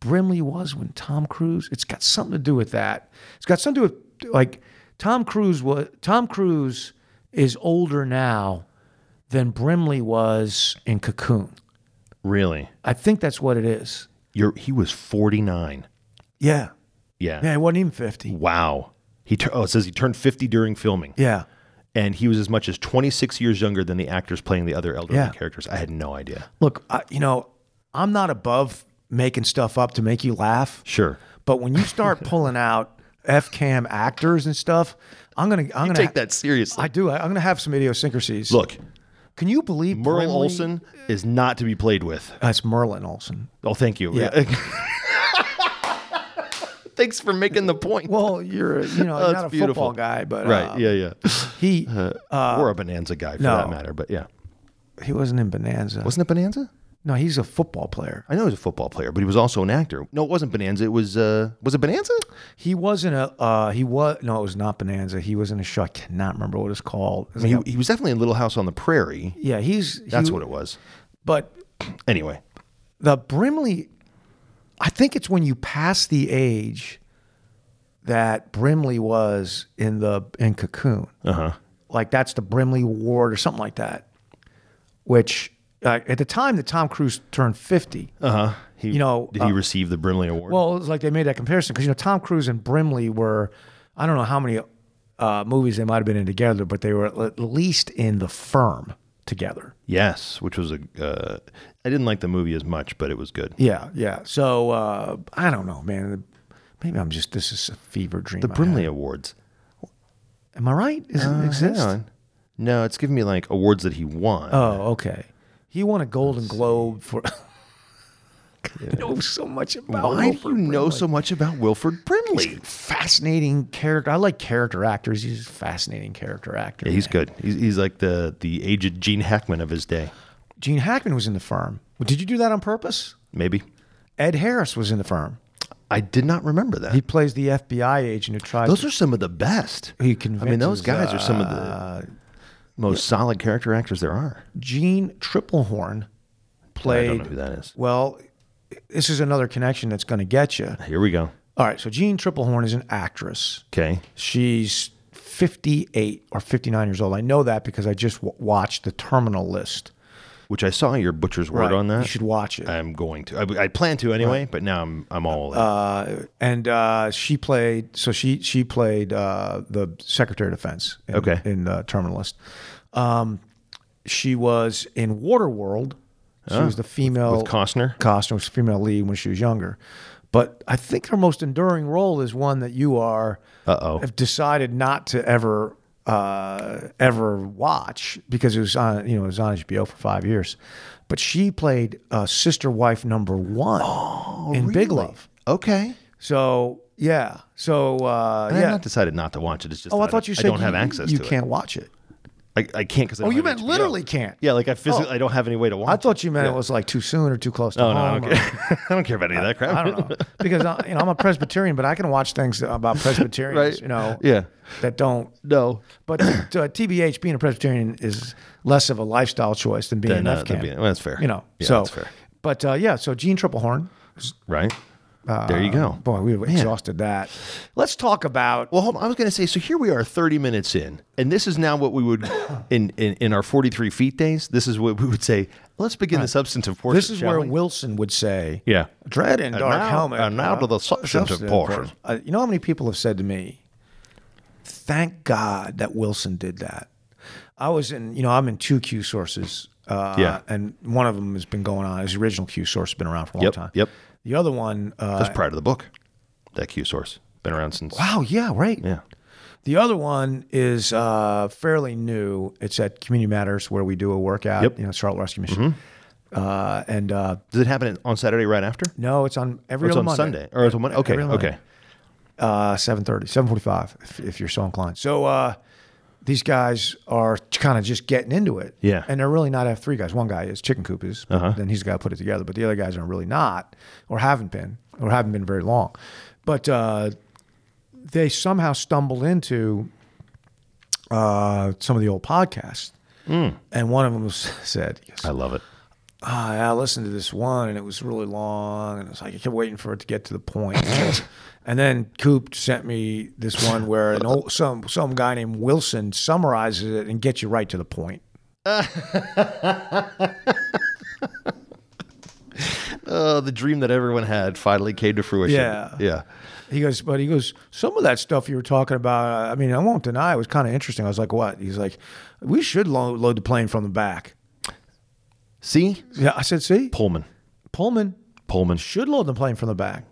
Speaker 1: Brimley was when Tom Cruise. It's got something to do with that. It's got something to do with like Tom Cruise was. Tom Cruise is older now than Brimley was in Cocoon.
Speaker 2: Really?
Speaker 1: I think that's what it is.
Speaker 2: You're, he was 49.
Speaker 1: Yeah.
Speaker 2: Yeah.
Speaker 1: Yeah, he wasn't even fifty.
Speaker 2: Wow. He tur- oh, it says he turned 50 during filming.
Speaker 1: Yeah.
Speaker 2: And he was as much as 26 years younger than the actors playing the other elderly
Speaker 1: Yeah.
Speaker 2: characters. I had no idea.
Speaker 1: Look, I, you know, I'm not above making stuff up to make you laugh.
Speaker 2: Sure.
Speaker 1: But when you start pulling out F cam actors and stuff, I'm gonna I'm gonna
Speaker 2: Take that seriously.
Speaker 1: I do. I, I'm going to have some idiosyncrasies.
Speaker 2: Look,
Speaker 1: can you believe
Speaker 2: Merle
Speaker 1: Brimley-
Speaker 2: Olson is not to be played with.
Speaker 1: That's Merlin Olson.
Speaker 2: Oh, thank you.
Speaker 1: Yeah.
Speaker 2: Thanks for making the point.
Speaker 1: Well, you're you know
Speaker 2: That's
Speaker 1: not a
Speaker 2: beautiful.
Speaker 1: football guy, but
Speaker 2: right. Uh,
Speaker 1: uh,
Speaker 2: yeah, yeah.
Speaker 1: he
Speaker 2: or a Bonanza guy for
Speaker 1: uh, no.
Speaker 2: that matter. But yeah.
Speaker 1: he wasn't in Bonanza.
Speaker 2: Wasn't it Bonanza?
Speaker 1: no, he's a football player.
Speaker 2: I know he was a football player, but he was also an actor. No, it wasn't Bonanza. It was, uh, was it Bonanza?
Speaker 1: He wasn't a uh, he was no, it was not Bonanza. He was in a show. I cannot remember what it's called.
Speaker 2: I mean, he, he was definitely in Little House on the Prairie.
Speaker 1: yeah, he's he-
Speaker 2: That's what it was.
Speaker 1: But
Speaker 2: Anyway.
Speaker 1: the Brimley, I think it's when you pass the age that Brimley was in the in Cocoon.
Speaker 2: Uh-huh.
Speaker 1: Like that's the Brimley Award or something like that. Which uh, at the time that Tom Cruise turned fifty,
Speaker 2: Uh-huh. He,
Speaker 1: You know,
Speaker 2: did he
Speaker 1: uh,
Speaker 2: receive the Brimley Award?
Speaker 1: well, it's like they made that comparison because you know Tom Cruise and Brimley were, I don't know how many uh, movies they might have been in together, but they were at least in the firm together.
Speaker 2: yes, which was a uh, I didn't like the movie as much, but it was good.
Speaker 1: Yeah, yeah. So uh, I don't know, man. Maybe I'm just this is a fever dream.
Speaker 2: The
Speaker 1: I
Speaker 2: Brimley Awards.
Speaker 1: Am I right? Does it exist?
Speaker 2: Uh, Hang on. No, it's giving me like awards that he won.
Speaker 1: Oh, okay. He won a Golden Globe for. I know so much about
Speaker 2: Why do
Speaker 1: Wilford
Speaker 2: you know
Speaker 1: Brimley.
Speaker 2: so much about Wilford Brimley?
Speaker 1: fascinating character. I like character actors. He's a fascinating character actor.
Speaker 2: Yeah, he's
Speaker 1: man.
Speaker 2: good. He's, he's like the the aged Gene Hackman of his day.
Speaker 1: Gene Hackman was in the firm. Well, did you do that on purpose?
Speaker 2: Maybe
Speaker 1: Ed Harris was in the firm.
Speaker 2: I did not remember that.
Speaker 1: He plays the FBI agent who tries.
Speaker 2: those
Speaker 1: to,
Speaker 2: are some of the best.
Speaker 1: he
Speaker 2: I mean,
Speaker 1: convinces,
Speaker 2: those
Speaker 1: uh,
Speaker 2: guys are some of the most solid character actors there are.
Speaker 1: Gene Triplehorn
Speaker 2: I
Speaker 1: played.
Speaker 2: don't know who that is.
Speaker 1: Well, this is another connection that's going to get you.
Speaker 2: Here we go.
Speaker 1: All right, so Jean Triplehorn is an actress.
Speaker 2: Okay.
Speaker 1: She's 58 or 59 years old. I know that because I just w- watched The Terminal List.
Speaker 2: Which I saw your butcher's word
Speaker 1: Right,
Speaker 2: on that.
Speaker 1: You should watch it.
Speaker 2: I'm going to. I, I plan to anyway, but now I'm I'm all. Uh,
Speaker 1: and uh, she played. So she she played uh, the Secretary of Defense. In,
Speaker 2: Okay.
Speaker 1: In the Terminalist, um, she was in Waterworld. She was the female
Speaker 2: Ah, with Costner?
Speaker 1: Costner was the female lead when she was younger. But I think her most enduring role is one that you are
Speaker 2: Uh-oh.
Speaker 1: have decided not to ever uh, ever watch because it was on you know it was on HBO for five years. But she played uh, sister wife number one
Speaker 2: Oh,
Speaker 1: in Big Love.
Speaker 2: okay.
Speaker 1: So yeah. So uh,
Speaker 2: I have
Speaker 1: yeah.
Speaker 2: not decided not to watch it. It's just.
Speaker 1: oh,
Speaker 2: that
Speaker 1: I thought you
Speaker 2: I
Speaker 1: said
Speaker 2: don't
Speaker 1: you,
Speaker 2: have access.
Speaker 1: You
Speaker 2: to
Speaker 1: can't watch it.
Speaker 2: It. I, I can't because.
Speaker 1: Oh, you meant literally can't.
Speaker 2: Yeah, like I physically,
Speaker 1: Oh.
Speaker 2: I don't have any way to watch.
Speaker 1: I thought you meant
Speaker 2: Yeah.
Speaker 1: it was like too soon or too close to
Speaker 2: Oh no, I
Speaker 1: home.
Speaker 2: don't,
Speaker 1: or-
Speaker 2: care. I don't care about any of that crap.
Speaker 1: I don't know because I, you know I'm a Presbyterian, but I can watch things about Presbyterians,
Speaker 2: Right.
Speaker 1: you know,
Speaker 2: Yeah.
Speaker 1: that don't.
Speaker 2: No.
Speaker 1: But to, uh, TBH, being a Presbyterian is less of a lifestyle choice than being
Speaker 2: Than,
Speaker 1: an
Speaker 2: uh,
Speaker 1: FCAM.
Speaker 2: than being- well, that's fair.
Speaker 1: You know,
Speaker 2: Yeah,
Speaker 1: so
Speaker 2: that's fair.
Speaker 1: But uh, yeah, so Gene Triplehorn,
Speaker 2: Right. there you go.
Speaker 1: boy, we've exhausted that. Let's talk about
Speaker 2: Uh, Well, hold on. I was going to say, so here we are 30 minutes in, and this is now what we would, in, in, in our 43 feet days, this is what we would say, let's begin the substantive portion.
Speaker 1: this is
Speaker 2: shall
Speaker 1: where
Speaker 2: we?
Speaker 1: Wilson would say,
Speaker 2: Yeah.
Speaker 1: Dread and,
Speaker 2: And
Speaker 1: Dark
Speaker 2: now-
Speaker 1: Helmet.
Speaker 2: and now
Speaker 1: uh,
Speaker 2: to the substantive portion.
Speaker 1: Uh, you know how many people have said to me, "Thank God that Wilson did that." I was in, you know, I'm in two Q sources. Uh,
Speaker 2: Yeah.
Speaker 1: and one of them has been going on. His original Q source has been around for a long
Speaker 2: Yep,
Speaker 1: time.
Speaker 2: yep.
Speaker 1: The other one, uh,
Speaker 2: That's prior to the book, that Q source. Been around since.
Speaker 1: wow, yeah, right.
Speaker 2: Yeah.
Speaker 1: The other one is uh, fairly new. It's at Community Matters where we do a workout.
Speaker 2: Yep. Mm-hmm.
Speaker 1: You know, Charlotte Rescue Mission. Uh, and uh,
Speaker 2: Does it happen on Saturday right after?
Speaker 1: no, it's on every
Speaker 2: Or it's
Speaker 1: other
Speaker 2: on
Speaker 1: Monday.
Speaker 2: Sunday? Or it's on Monday? Okay.
Speaker 1: Every Monday.
Speaker 2: Okay.
Speaker 1: uh, 7.30 7.45 if, if you're so inclined so uh, these guys are kind of just getting into it
Speaker 2: Yeah.
Speaker 1: and they're really not have three guys one guy is chicken coop is but then he's got to put it together but the other guys are really not or haven't been or haven't been very long but uh, they somehow stumbled into uh, some of the old podcasts and one of them was, said he goes,
Speaker 2: I love it.
Speaker 1: "Ah, yeah, I listened to this one and it was really long and it's like I kept waiting for it to get to the point. and then Coop sent me this one where an old, some some guy named Wilson summarizes it and gets you right to the point.
Speaker 2: Uh, the dream that everyone had finally came to fruition.
Speaker 1: Yeah.
Speaker 2: Yeah.
Speaker 1: He goes, but he goes, some of that stuff you were talking about, uh, I mean, I won't deny it was kind of interesting. I was like, what? He's like, we should lo- load the plane from the back.
Speaker 2: See?
Speaker 1: Yeah, I said, see,
Speaker 2: Pullman.
Speaker 1: Pullman
Speaker 2: Pullman.
Speaker 1: should load the plane from the back.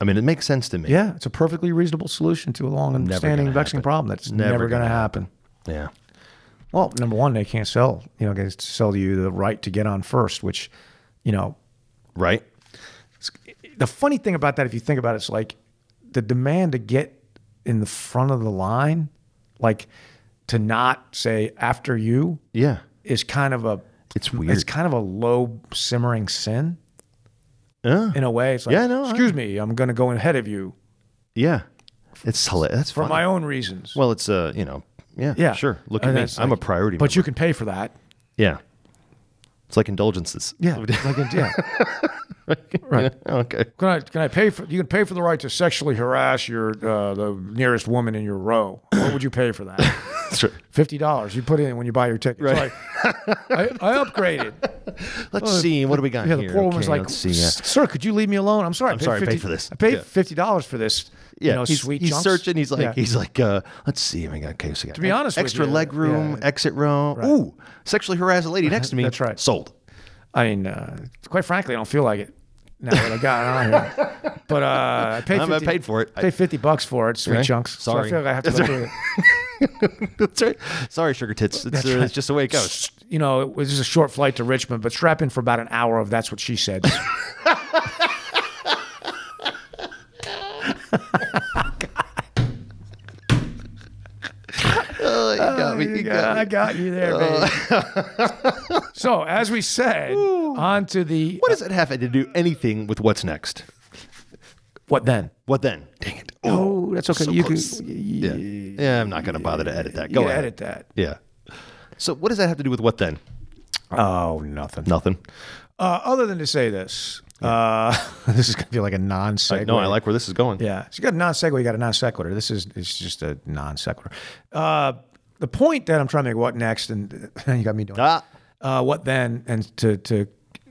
Speaker 2: I mean, it makes sense to me.
Speaker 1: Yeah, it's a perfectly reasonable solution to a long standing
Speaker 2: gonna
Speaker 1: vexing
Speaker 2: happen.
Speaker 1: problem that's
Speaker 2: Never
Speaker 1: never, going to
Speaker 2: gonna
Speaker 1: happen.
Speaker 2: Yeah.
Speaker 1: Well, number one, they can't sell. You know, they sell you the right to get on first, which, you know,
Speaker 2: Right?
Speaker 1: the funny thing about that, if you think about it, it's like the demand to get in the front of the line, like to not say after you,
Speaker 2: Yeah.
Speaker 1: is kind of a
Speaker 2: It's weird.
Speaker 1: it's kind of a low simmering sin
Speaker 2: Yeah.
Speaker 1: in a way. It's like,
Speaker 2: Yeah, no, I-
Speaker 1: excuse me, I'm going to go ahead of you
Speaker 2: Yeah. It's hilarious. That's
Speaker 1: for
Speaker 2: funny.
Speaker 1: my own reasons.
Speaker 2: Well, it's uh, you know, yeah,
Speaker 1: yeah,
Speaker 2: sure. Look
Speaker 1: And
Speaker 2: at me.
Speaker 1: it's
Speaker 2: I'm a
Speaker 1: like,
Speaker 2: priority.
Speaker 1: but
Speaker 2: But
Speaker 1: you can pay for that.
Speaker 2: you, yeah, it's like indulgences.
Speaker 1: Yeah, like, yeah.
Speaker 2: right. okay.
Speaker 1: Can I can I pay for you can pay for the right to sexually harass your uh, the nearest woman in your row? What would you pay for that?
Speaker 2: That's right.
Speaker 1: Fifty dollars you put in when you buy your ticket. It's
Speaker 2: Right.
Speaker 1: like, I, I upgraded.
Speaker 2: Let's see. What do we got
Speaker 1: Oh, Yeah,
Speaker 2: here?
Speaker 1: the poor woman's
Speaker 2: Okay,
Speaker 1: like,
Speaker 2: let's see. Uh,
Speaker 1: "Sir, could you leave me alone? I'm sorry.
Speaker 2: I'm sorry, I paid for this."
Speaker 1: I paid
Speaker 2: Yeah.
Speaker 1: fifty dollars for this.
Speaker 2: yeah,
Speaker 1: you know,
Speaker 2: he's,
Speaker 1: sweet.
Speaker 2: he's
Speaker 1: chunks.
Speaker 2: searching. He's like,
Speaker 1: Yeah.
Speaker 2: he's like, uh, let's see. Oh my God, okay, so to
Speaker 1: be honest with
Speaker 2: extra
Speaker 1: you,
Speaker 2: leg room,
Speaker 1: yeah.
Speaker 2: exit row. Ooh, sexually harassed lady next to me.
Speaker 1: That's right.
Speaker 2: Sold.
Speaker 1: I mean, uh, quite frankly, I don't feel like it. Now that I got it on here, but uh, I paid.
Speaker 2: Um, I
Speaker 1: 50,
Speaker 2: paid for it. I-
Speaker 1: Paid fifty bucks for it, sweet
Speaker 2: Right.
Speaker 1: chunks. so
Speaker 2: Sorry.
Speaker 1: I feel like I have to go through it.
Speaker 2: That's right. Sorry, sugar tits. It's, uh, it's just the way it goes.
Speaker 1: you know, it was just a short flight to Richmond, but strap in for about an hour of that's what she said. Oh,
Speaker 2: got me. You got
Speaker 1: I
Speaker 2: me.
Speaker 1: got you there, baby. so, as we said, on to the
Speaker 2: What does it have to do anything with what's next?
Speaker 1: what then?
Speaker 2: What then? Dang it.
Speaker 1: Oh, that's okay. you
Speaker 2: close.
Speaker 1: can
Speaker 2: Yeah. Yeah, I'm not going to bother to edit that. Go
Speaker 1: you
Speaker 2: ahead.
Speaker 1: edit that.
Speaker 2: Yeah. So what does that have to do with what then?
Speaker 1: Oh, nothing.
Speaker 2: Nothing.
Speaker 1: Uh, other than to say this, uh, this is gonna be like a non sequitur.
Speaker 2: No, I like where this is going.
Speaker 1: Yeah, so you got a non sequitur. You got a non sequitur. This is it's just a non sequitur. Uh, the point that I'm trying to make, what next, and you got me doing. it.
Speaker 2: Ah.
Speaker 1: Uh, what then? And to to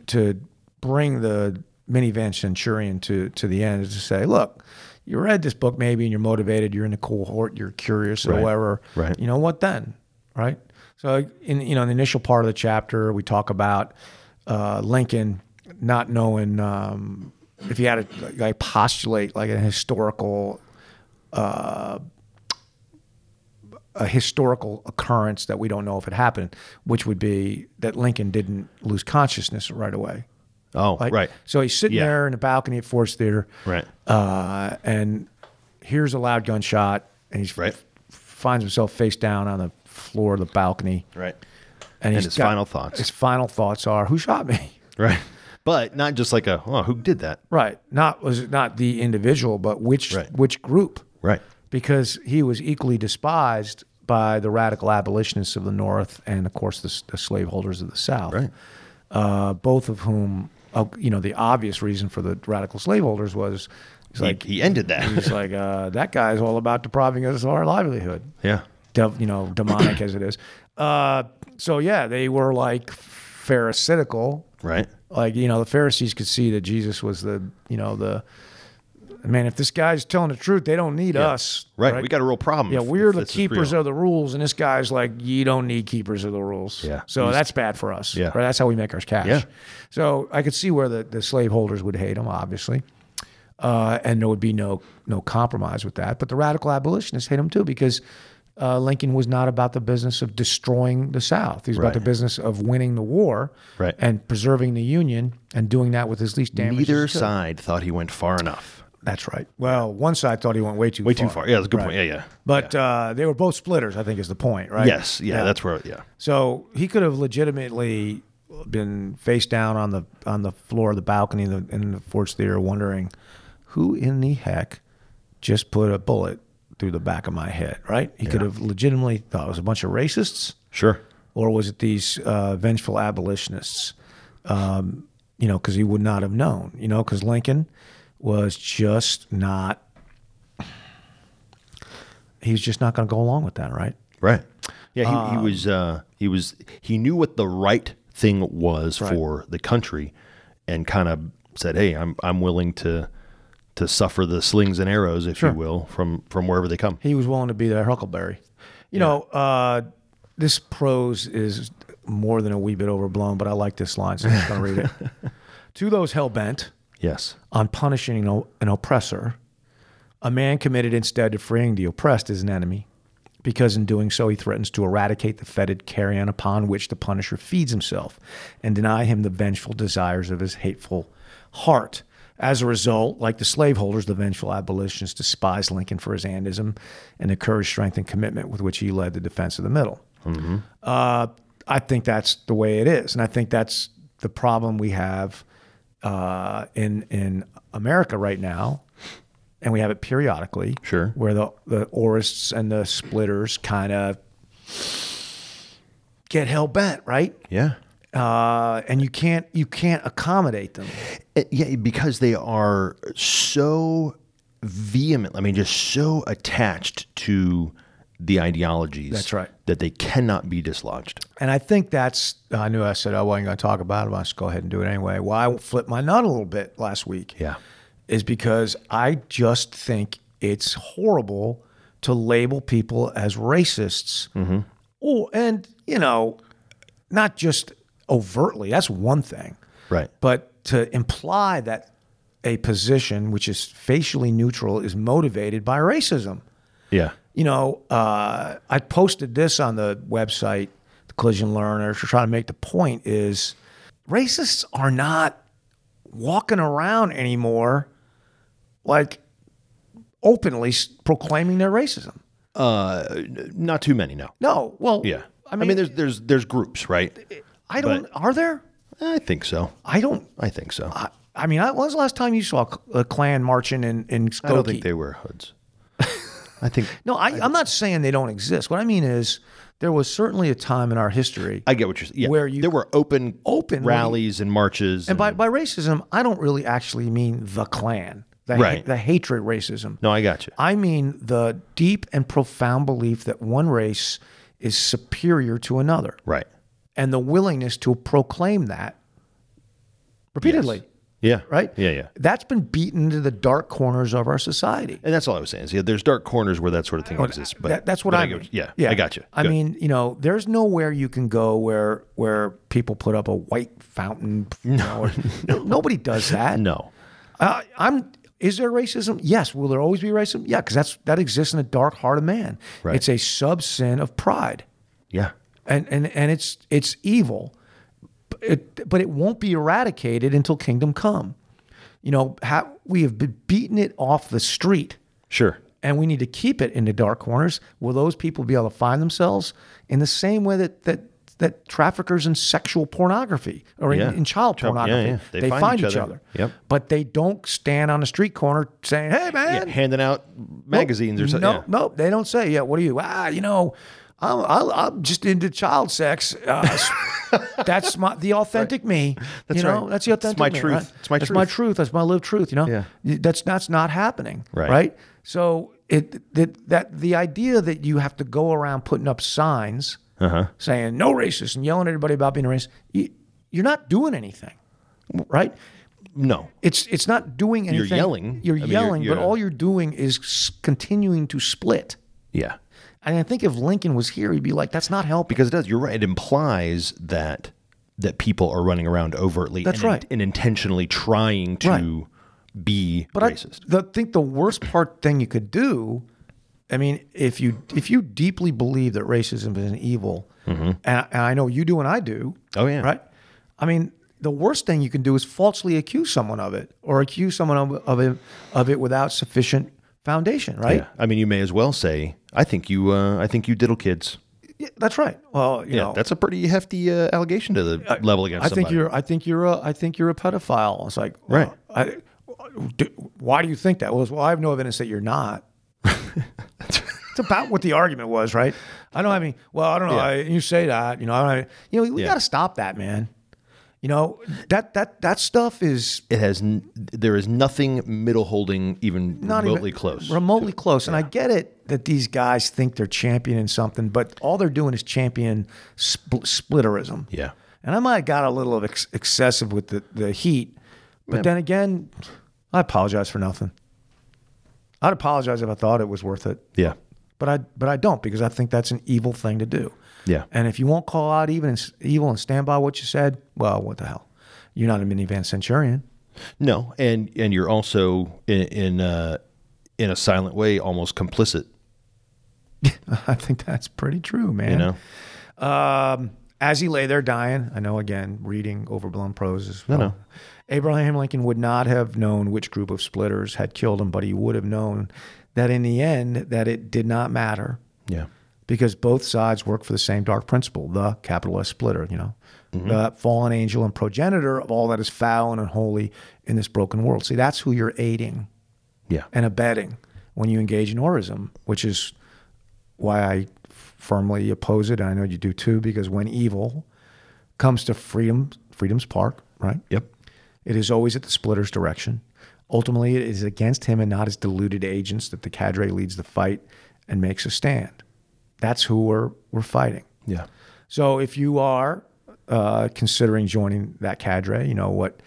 Speaker 1: to bring the minivan centurion to to the end is to say, look, you read this book maybe, and you're motivated. You're in the cohort. You're curious, or
Speaker 2: Right.
Speaker 1: whatever.
Speaker 2: Right.
Speaker 1: You know what then? Right. So in you know in the initial part of the chapter, we talk about uh, Lincoln not knowing um, if he had to like postulate like a historical a historical occurrence that we don't know if it happened, which would be that Lincoln didn't lose consciousness right away.
Speaker 2: Oh,
Speaker 1: Like,
Speaker 2: right.
Speaker 1: So he's sitting
Speaker 2: Yeah.
Speaker 1: there in the balcony at Force Theater,
Speaker 2: Right.
Speaker 1: Uh, and hears a loud gunshot, and he's
Speaker 2: Right.
Speaker 1: finds himself face down on the floor of the balcony,
Speaker 2: Right.
Speaker 1: and, he's
Speaker 2: his final thoughts.
Speaker 1: His final thoughts are, "Who shot me?"
Speaker 2: Right. But not just like a, oh, who did that?
Speaker 1: Right. Not was it not the individual, but which
Speaker 2: Right.
Speaker 1: which group?
Speaker 2: Right.
Speaker 1: Because he was equally despised by the radical abolitionists of the North and, of course, the, s- the slaveholders of the South.
Speaker 2: Right.
Speaker 1: Uh, both of whom, uh, you know, the obvious reason for the radical slaveholders was, he's like,
Speaker 2: he, he ended
Speaker 1: he's
Speaker 2: that.
Speaker 1: like, uh, that guy's all about depriving us of our livelihood
Speaker 2: yeah.
Speaker 1: dev, you know, demonic as it is. Uh, so yeah, they were like pharisaical,
Speaker 2: Right.
Speaker 1: Like you know, the Pharisees could see that Jesus was the, you know, the man. If this guy's telling the truth, they don't need us,
Speaker 2: Right. We got a real problem.
Speaker 1: yeah,
Speaker 2: if-
Speaker 1: we're
Speaker 2: if
Speaker 1: the
Speaker 2: this is
Speaker 1: keepers
Speaker 2: real.
Speaker 1: of the rules, and this guy's like, you don't need keepers of the rules.
Speaker 2: Yeah.
Speaker 1: So
Speaker 2: He's-
Speaker 1: that's bad for us.
Speaker 2: Yeah.
Speaker 1: Right? That's how we make our cash.
Speaker 2: Yeah.
Speaker 1: So I could see where the, the slaveholders would hate him, obviously. Uh, and there would be no no compromise with that. But the radical abolitionists hate him too because uh, Lincoln was not about the business of destroying the South. He was
Speaker 2: Right.
Speaker 1: about the business of winning the war
Speaker 2: Right.
Speaker 1: and preserving the Union and doing that with as least damage. as
Speaker 2: Neither
Speaker 1: he could.
Speaker 2: side thought he went far enough.
Speaker 1: That's right. Well, one side thought he went way too
Speaker 2: Way
Speaker 1: far.
Speaker 2: too far. Yeah, that's a good
Speaker 1: Right.
Speaker 2: point. Yeah, yeah.
Speaker 1: But uh, they were both splitters, I think is the point, right?
Speaker 2: Yes. Yeah, that's where, yeah.
Speaker 1: So he could have legitimately been face down on the on the floor of the balcony in the, in the Forge Theater, wondering who in the heck just put a bullet through the back of my head. Right? He could have legitimately thought it was a bunch of racists,
Speaker 2: Sure.
Speaker 1: or was it these uh, vengeful abolitionists? Um, you know, because he would not have known. You know, because Lincoln was just not. He was just not going to go along with that, right?
Speaker 2: Right. Yeah, he, he was uh, he was he knew what the right thing was for the country, and kind of said, "Hey, I'm I'm willing to to suffer the slings and arrows, if you will, from from wherever they come."
Speaker 1: he was willing to be their huckleberry. You know, uh, this prose is more than a wee bit overblown, but I like this line, so I'm just going to read it. to those hell bent
Speaker 2: Yes.
Speaker 1: on punishing an, an oppressor, a man committed instead to freeing the oppressed is an enemy, because in doing so he threatens to eradicate the fetid carrion upon which the punisher feeds himself and deny him the vengeful desires of his hateful heart. As a result, like the slaveholders, the vengeful abolitionists despise Lincoln for his andism and the courage, strength, and commitment with which he led the defense of the middle. Uh, I think that's the way it is, and I think that's the problem we have uh, in in America right now, and we have it periodically.
Speaker 2: Sure.
Speaker 1: where the the orists and the splitters kind of get hell bent, right?
Speaker 2: Yeah.
Speaker 1: Uh, and you can't you can't accommodate them.
Speaker 2: Uh, yeah, because they are so vehement. I mean, just so attached to the ideologies.
Speaker 1: That's right.
Speaker 2: That they cannot be dislodged.
Speaker 1: And I think that's, I knew I said "Oh, I wasn't going to talk about it, but I'll just go ahead and do it anyway. Why I flipped my nut a little bit last week
Speaker 2: Yeah.
Speaker 1: is because I just think it's horrible to label people as racists.
Speaker 2: Mm-hmm.
Speaker 1: Oh, and, you know, not just overtly, that's one thing.
Speaker 2: Right.
Speaker 1: But to imply that a position which is facially neutral is motivated by racism
Speaker 2: Yeah.
Speaker 1: you know, uh, I posted this on the website, the Collision Learner, to try to make the point is racists are not walking around anymore like openly s- proclaiming their racism.
Speaker 2: Not too many, no.
Speaker 1: No. Well,
Speaker 2: Yeah.
Speaker 1: I mean,
Speaker 2: there's there's there's groups, right?
Speaker 1: I don't.
Speaker 2: but-
Speaker 1: are there?
Speaker 2: I think so.
Speaker 1: I don't.
Speaker 2: I think so. I,
Speaker 1: I, I mean, I, when was the last time you saw a Klan marching in in Skokie?
Speaker 2: don't think they wear hoods. I think
Speaker 1: no, I, I'm not saying they don't exist. What I mean is, there was certainly a time in our history.
Speaker 2: I get what you're saying. Yeah.
Speaker 1: Where you-
Speaker 2: there were open
Speaker 1: Open, what do you-
Speaker 2: rallies and marches.
Speaker 1: and by, by racism, I don't really actually mean the Klan, the, ha-
Speaker 2: Right.
Speaker 1: the hatred racism.
Speaker 2: no, I got you.
Speaker 1: I mean the deep and profound belief that one race is superior to another,
Speaker 2: right.
Speaker 1: and the willingness to proclaim that repeatedly.
Speaker 2: Yeah.
Speaker 1: Right?
Speaker 2: Yeah. Yeah.
Speaker 1: That's been beaten into the dark corners of our society.
Speaker 2: And that's all I was saying. Is, yeah, there's dark corners where that sort of thing exists. But
Speaker 1: That- that's what
Speaker 2: but
Speaker 1: I,
Speaker 2: get
Speaker 1: mean.
Speaker 2: what- Yeah, I got you.
Speaker 1: I
Speaker 2: Good.
Speaker 1: mean, you know, there's nowhere you can go where where people put up a white fountain. you know, or- Nobody does that.
Speaker 2: no.
Speaker 1: Uh, I'm. Is there racism? Yes. Will there always be racism? Yeah, because that's that exists in the dark heart of man.
Speaker 2: Right.
Speaker 1: It's a sub sin of pride,
Speaker 2: Yeah.
Speaker 1: and and and it's it's evil, but it, but it won't be eradicated until kingdom come. You know, how, we have been beating it off the street,
Speaker 2: Sure.
Speaker 1: and we need to keep it in the dark corners. Will those people be able to find themselves in the same way that that that traffickers in sexual pornography or in,
Speaker 2: Yeah.
Speaker 1: in child
Speaker 2: Child- yeah,
Speaker 1: pornography
Speaker 2: yeah.
Speaker 1: They, find, each other?
Speaker 2: Yep.
Speaker 1: But they don't stand on the street corner saying, "Hey,
Speaker 2: Yeah.
Speaker 1: man."
Speaker 2: Handing out magazines or something.
Speaker 1: No,
Speaker 2: yeah.
Speaker 1: no, they don't say, "Yeah, what are you?" Ah, you know, I'm I'm, I'm just into child sex. Uh, that's my the authentic me.
Speaker 2: That's
Speaker 1: you know,
Speaker 2: right.
Speaker 1: that's the
Speaker 2: It's
Speaker 1: authentic.
Speaker 2: my
Speaker 1: me,
Speaker 2: truth.
Speaker 1: right?
Speaker 2: It's my
Speaker 1: that's
Speaker 2: truth.
Speaker 1: my truth. That's my lived truth. You know,
Speaker 2: Yeah.
Speaker 1: that's that's not happening.
Speaker 2: Right.
Speaker 1: Right. So it that that the idea that you have to go around putting up signs
Speaker 2: Uh-huh.
Speaker 1: saying no racist and yelling at everybody about being a racist, you, you're not doing anything. Right.
Speaker 2: No.
Speaker 1: It's it's not doing anything.
Speaker 2: yelling.
Speaker 1: You're
Speaker 2: I mean, you're-
Speaker 1: yelling,
Speaker 2: you're-
Speaker 1: but all you're doing is s- continuing to split.
Speaker 2: Yeah.
Speaker 1: And I think if Lincoln was here, he'd be like, "That's not helping."
Speaker 2: Because it does. You're right. It implies that that people are running around overtly
Speaker 1: That's
Speaker 2: and, in-
Speaker 1: right.
Speaker 2: and intentionally trying to
Speaker 1: Right.
Speaker 2: be
Speaker 1: but I
Speaker 2: racist.
Speaker 1: the- think the worst part thing you could do. I mean, if you if you deeply believe that racism is an evil, and, I- and I know you do and I do.
Speaker 2: Mm-hmm. Oh, yeah.
Speaker 1: Right. I mean, the worst thing you can do is falsely accuse someone of it, or accuse someone of of it, of it without sufficient foundation. Right.
Speaker 2: yeah. I mean, you may as well say, I think you uh, I think you diddle kids.
Speaker 1: Yeah, that's right. Well, you
Speaker 2: Yeah,
Speaker 1: know,
Speaker 2: that's a pretty hefty uh, allegation to the level against
Speaker 1: I
Speaker 2: somebody.
Speaker 1: think you're. I think you're a. I think you're a pedophile. It's like, oh,
Speaker 2: Right.
Speaker 1: I, do, why do you think that? Well, it's, well, I have no evidence that you're not. it's about what the argument was, right? I don't have any. Well, I don't know.
Speaker 2: Yeah.
Speaker 1: I, you say that, you know. I don't. Have, you know, we
Speaker 2: Yeah.
Speaker 1: got to stop that, man. You know that that that stuff is
Speaker 2: it has n- there is nothing middle holding even
Speaker 1: not
Speaker 2: remotely
Speaker 1: even,
Speaker 2: close.
Speaker 1: Remotely close, and I get it that these guys think they're championing something, but all they're doing is champion spl- splitterism.
Speaker 2: yeah.
Speaker 1: And I might have got a little of ex- excessive with the, the heat. But then again, I apologize for nothing. I'd apologize if I thought it was worth it.
Speaker 2: Yeah.
Speaker 1: But I but I don't because I think that's an evil thing to do.
Speaker 2: Yeah.
Speaker 1: And if you won't call out even and s- evil and stand by what you said, well, what the hell? You're not a minivan centurion.
Speaker 2: No, and and you're also in in, uh, in a silent way almost complicit,
Speaker 1: I think that's pretty true, man.
Speaker 2: you know.
Speaker 1: Um, as he lay there dying, I know again, reading overblown prose is no,
Speaker 2: no.
Speaker 1: Abraham Lincoln would not have known which group of splitters had killed him, but he would have known that in the end, that it did not matter
Speaker 2: Yeah.
Speaker 1: because both sides work for the same dark principle, the capital S splitter, you know,
Speaker 2: Mm-hmm.
Speaker 1: the fallen angel and progenitor of all that is foul and unholy in this broken world. See, that's who you're aiding
Speaker 2: Yeah.
Speaker 1: and abetting when you engage in orism, which is why I firmly oppose it. And I know you do too, because when evil comes to freedom, freedom's park, right?
Speaker 2: Yep.
Speaker 1: It is always at the splitter's direction. Ultimately, it is against him and not his deluded agents that the cadre leads the fight and makes a stand. That's who we're, we're fighting.
Speaker 2: Yeah.
Speaker 1: So if you are uh, considering joining that cadre, you know what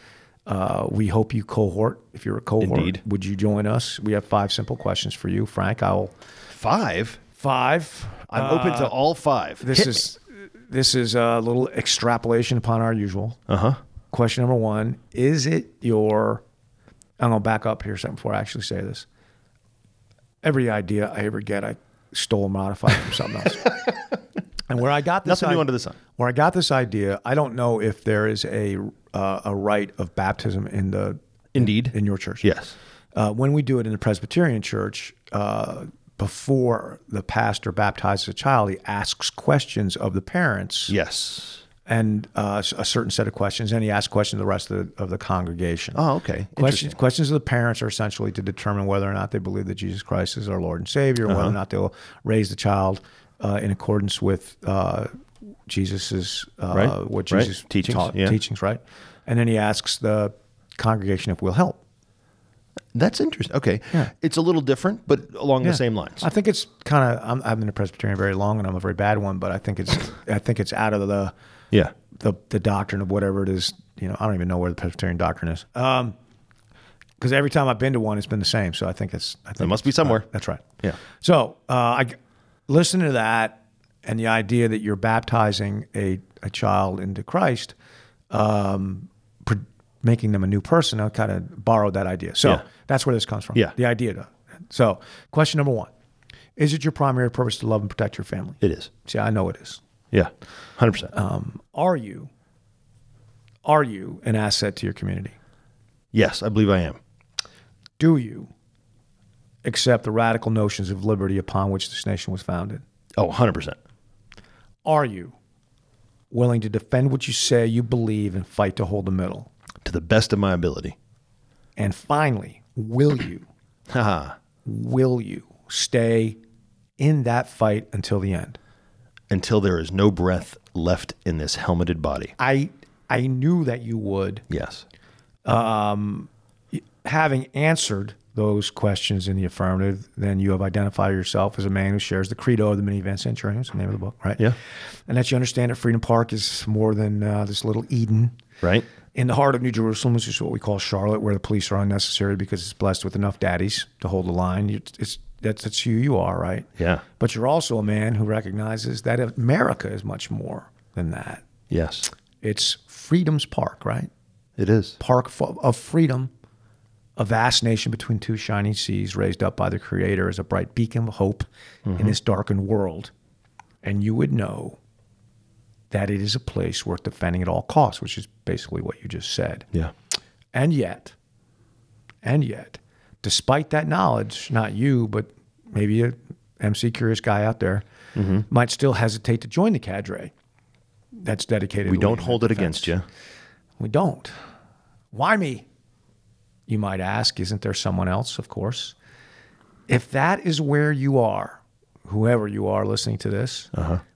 Speaker 1: uh, we hope you cohort. If you're a cohort,
Speaker 2: Indeed.
Speaker 1: would you join us? We have five simple questions for you, Frank. I'll
Speaker 2: Five.
Speaker 1: five.
Speaker 2: I'm open to all five.
Speaker 1: Uh, This is this is a little extrapolation upon our usual. Uh
Speaker 2: Uh-huh.
Speaker 1: huh. Question number one: Is it your? I'm gonna back up here a second before I actually say this. Every idea I ever get, I stole and modified from something else. and where I got this,
Speaker 2: Nothing new
Speaker 1: i-
Speaker 2: under the sun.
Speaker 1: Where I got this idea, I don't know if there is a uh, a rite of baptism in the
Speaker 2: Indeed.
Speaker 1: in your church.
Speaker 2: Yes.
Speaker 1: Uh, when we do it in the Presbyterian Church, uh, before the pastor baptizes a child, he asks questions of the parents
Speaker 2: Yes.
Speaker 1: and uh, s- a certain set of questions, and he asks questions of the rest of the, of the congregation.
Speaker 2: Oh, okay.
Speaker 1: Questions, questions of the parents are essentially to determine whether or not they believe that Jesus Christ is our Lord and Savior,
Speaker 2: Uh-huh.
Speaker 1: whether or not they'll raise the child uh, in accordance with uh, Jesus's uh,
Speaker 2: Right,
Speaker 1: what
Speaker 2: right.
Speaker 1: Jesus
Speaker 2: Teachings,
Speaker 1: taught,
Speaker 2: yeah.
Speaker 1: teachings, right? And then he asks the congregation if we'll help.
Speaker 2: That's interesting. Okay.
Speaker 1: Yeah.
Speaker 2: It's a little different, but along the same lines.
Speaker 1: I think it's kind of. I'm- I've been a Presbyterian very long, and I'm a very bad one. But I think it's. I think it's out of the,
Speaker 2: yeah.
Speaker 1: the the doctrine of whatever it is. You know, I don't even know where the Presbyterian doctrine is. Um, because every time I've been to one, it's been the same. So I think it's. I think
Speaker 2: It must
Speaker 1: it's- uh,
Speaker 2: be somewhere.
Speaker 1: That's right.
Speaker 2: Yeah.
Speaker 1: So uh, I listen to that, and the idea that you're baptizing a a child into Christ, um, pr- making them a new person. I kind of borrowed that idea. So
Speaker 2: Yeah.
Speaker 1: that's where this comes from.
Speaker 2: Yeah.
Speaker 1: The idea. To, so question number one: Is it your primary purpose to love and protect your family?
Speaker 2: It is.
Speaker 1: See, I know it is
Speaker 2: Yeah. 100%.
Speaker 1: Um, are you are you an asset to your community
Speaker 2: yes, I believe I am.
Speaker 1: do you accept the radical notions of liberty upon which this nation was founded
Speaker 2: Oh, 100%.
Speaker 1: are you willing to defend what you say you believe and fight to hold the middle
Speaker 2: To the best of my ability.
Speaker 1: and finally will you
Speaker 2: Haha.
Speaker 1: will you stay in that fight until the end
Speaker 2: Until there is no breath left in this helmeted body.
Speaker 1: i i knew that you would
Speaker 2: Yes.
Speaker 1: having answered those questions in the affirmative, then you have identified yourself as a man who shares the credo of the minivan centurion. It's the name of the book, right?
Speaker 2: Yeah.
Speaker 1: And that you understand that Freedom Park is more than uh, this little Eden.
Speaker 2: Right?
Speaker 1: In the heart of New Jerusalem, which is what we call Charlotte, where the police are unnecessary because it's blessed with enough daddies to hold the line. You- It's, that's, that's who you are, right?
Speaker 2: Yeah.
Speaker 1: But you're also a man who recognizes that America is much more than that.
Speaker 2: Yes.
Speaker 1: It's Freedom's Park, right?
Speaker 2: It is.
Speaker 1: park fo- of freedom, a vast nation between two shining seas raised up by the Creator as a bright beacon of hope
Speaker 2: Mm-hmm.
Speaker 1: in this darkened world. And you would know that it is a place worth defending at all costs, which is basically what you just said.
Speaker 2: Yeah.
Speaker 1: And yet, and yet, despite that knowledge, not you, but maybe a MC curious guy out there
Speaker 2: Mm-hmm.
Speaker 1: might still hesitate to join the cadre that's dedicated.
Speaker 2: We
Speaker 1: to
Speaker 2: don't
Speaker 1: leading
Speaker 2: hold
Speaker 1: the
Speaker 2: it against
Speaker 1: defense.
Speaker 2: you.
Speaker 1: We don't. Why me? You might ask, isn't there someone else? Of course. If that is where you are, whoever you are listening to this,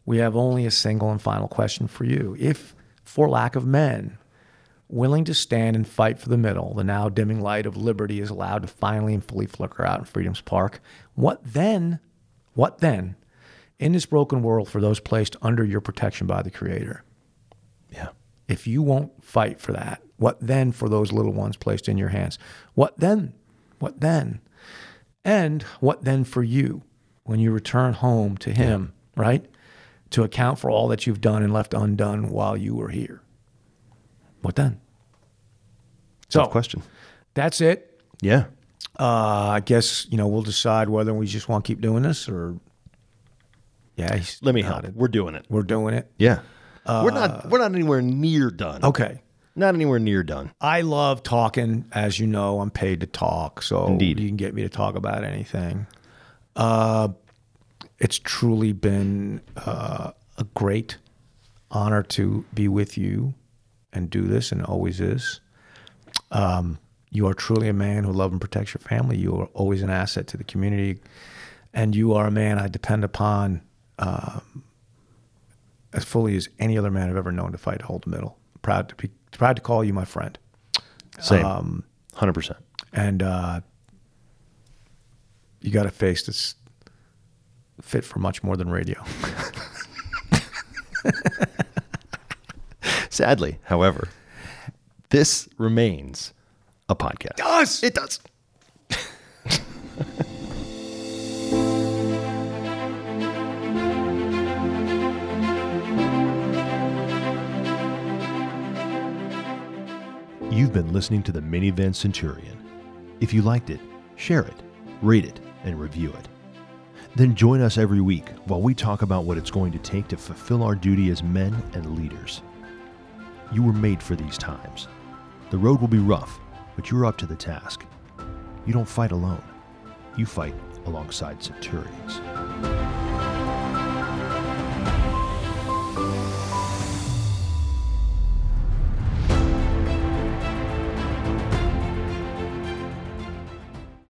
Speaker 1: we have only a single and final question for you. If, for lack of men, willing to stand and fight for the middle, the now dimming light of liberty is allowed to finally and fully flicker out in Freedom's Park, what then? What then? In this broken world, for those placed under your protection by the Creator,
Speaker 2: Yeah.
Speaker 1: if you won't fight for that, what then for those little ones placed in your hands? What then? What then? And what then for you when you return home to Him, right? To account for all that you've done and left undone while you were here. What then? So,
Speaker 2: Tough question.
Speaker 1: that's it.
Speaker 2: Yeah.
Speaker 1: Uh, I guess, you know, we'll decide whether we just want to keep doing this or. Yeah. he's
Speaker 2: Let me
Speaker 1: nodded.
Speaker 2: help. We're doing it.
Speaker 1: We're doing it.
Speaker 2: Yeah. Oh. we're not we're not anywhere near done.
Speaker 1: Okay.
Speaker 2: Not anywhere near done.
Speaker 1: I love talking. As you know, I'm paid to talk. So
Speaker 2: Indeed.
Speaker 1: you can get me to talk about anything. Uh, it's truly been uh, a great honor to be with you and do this and always is. Um, You are truly a man who loves and protects your family. You are always an asset to the community. And you are a man I depend upon um, as fully as any other man I've ever known to fight to hold the middle. Proud to be proud to call you my friend.
Speaker 2: Same. Um, Hundred percent.
Speaker 1: and uh, you got a face that's fit for much more than radio.
Speaker 2: Sadly, however, this remains a podcast.
Speaker 1: Does
Speaker 2: It does. You've been listening to the Minivan Centurion. If you liked it, share it, rate it, and review it. Then join us every week while we talk about what it's going to take to fulfill our duty as men and leaders. You were made for these times. The road will be rough, but you're up to the task. You don't fight alone, you fight alongside centurions.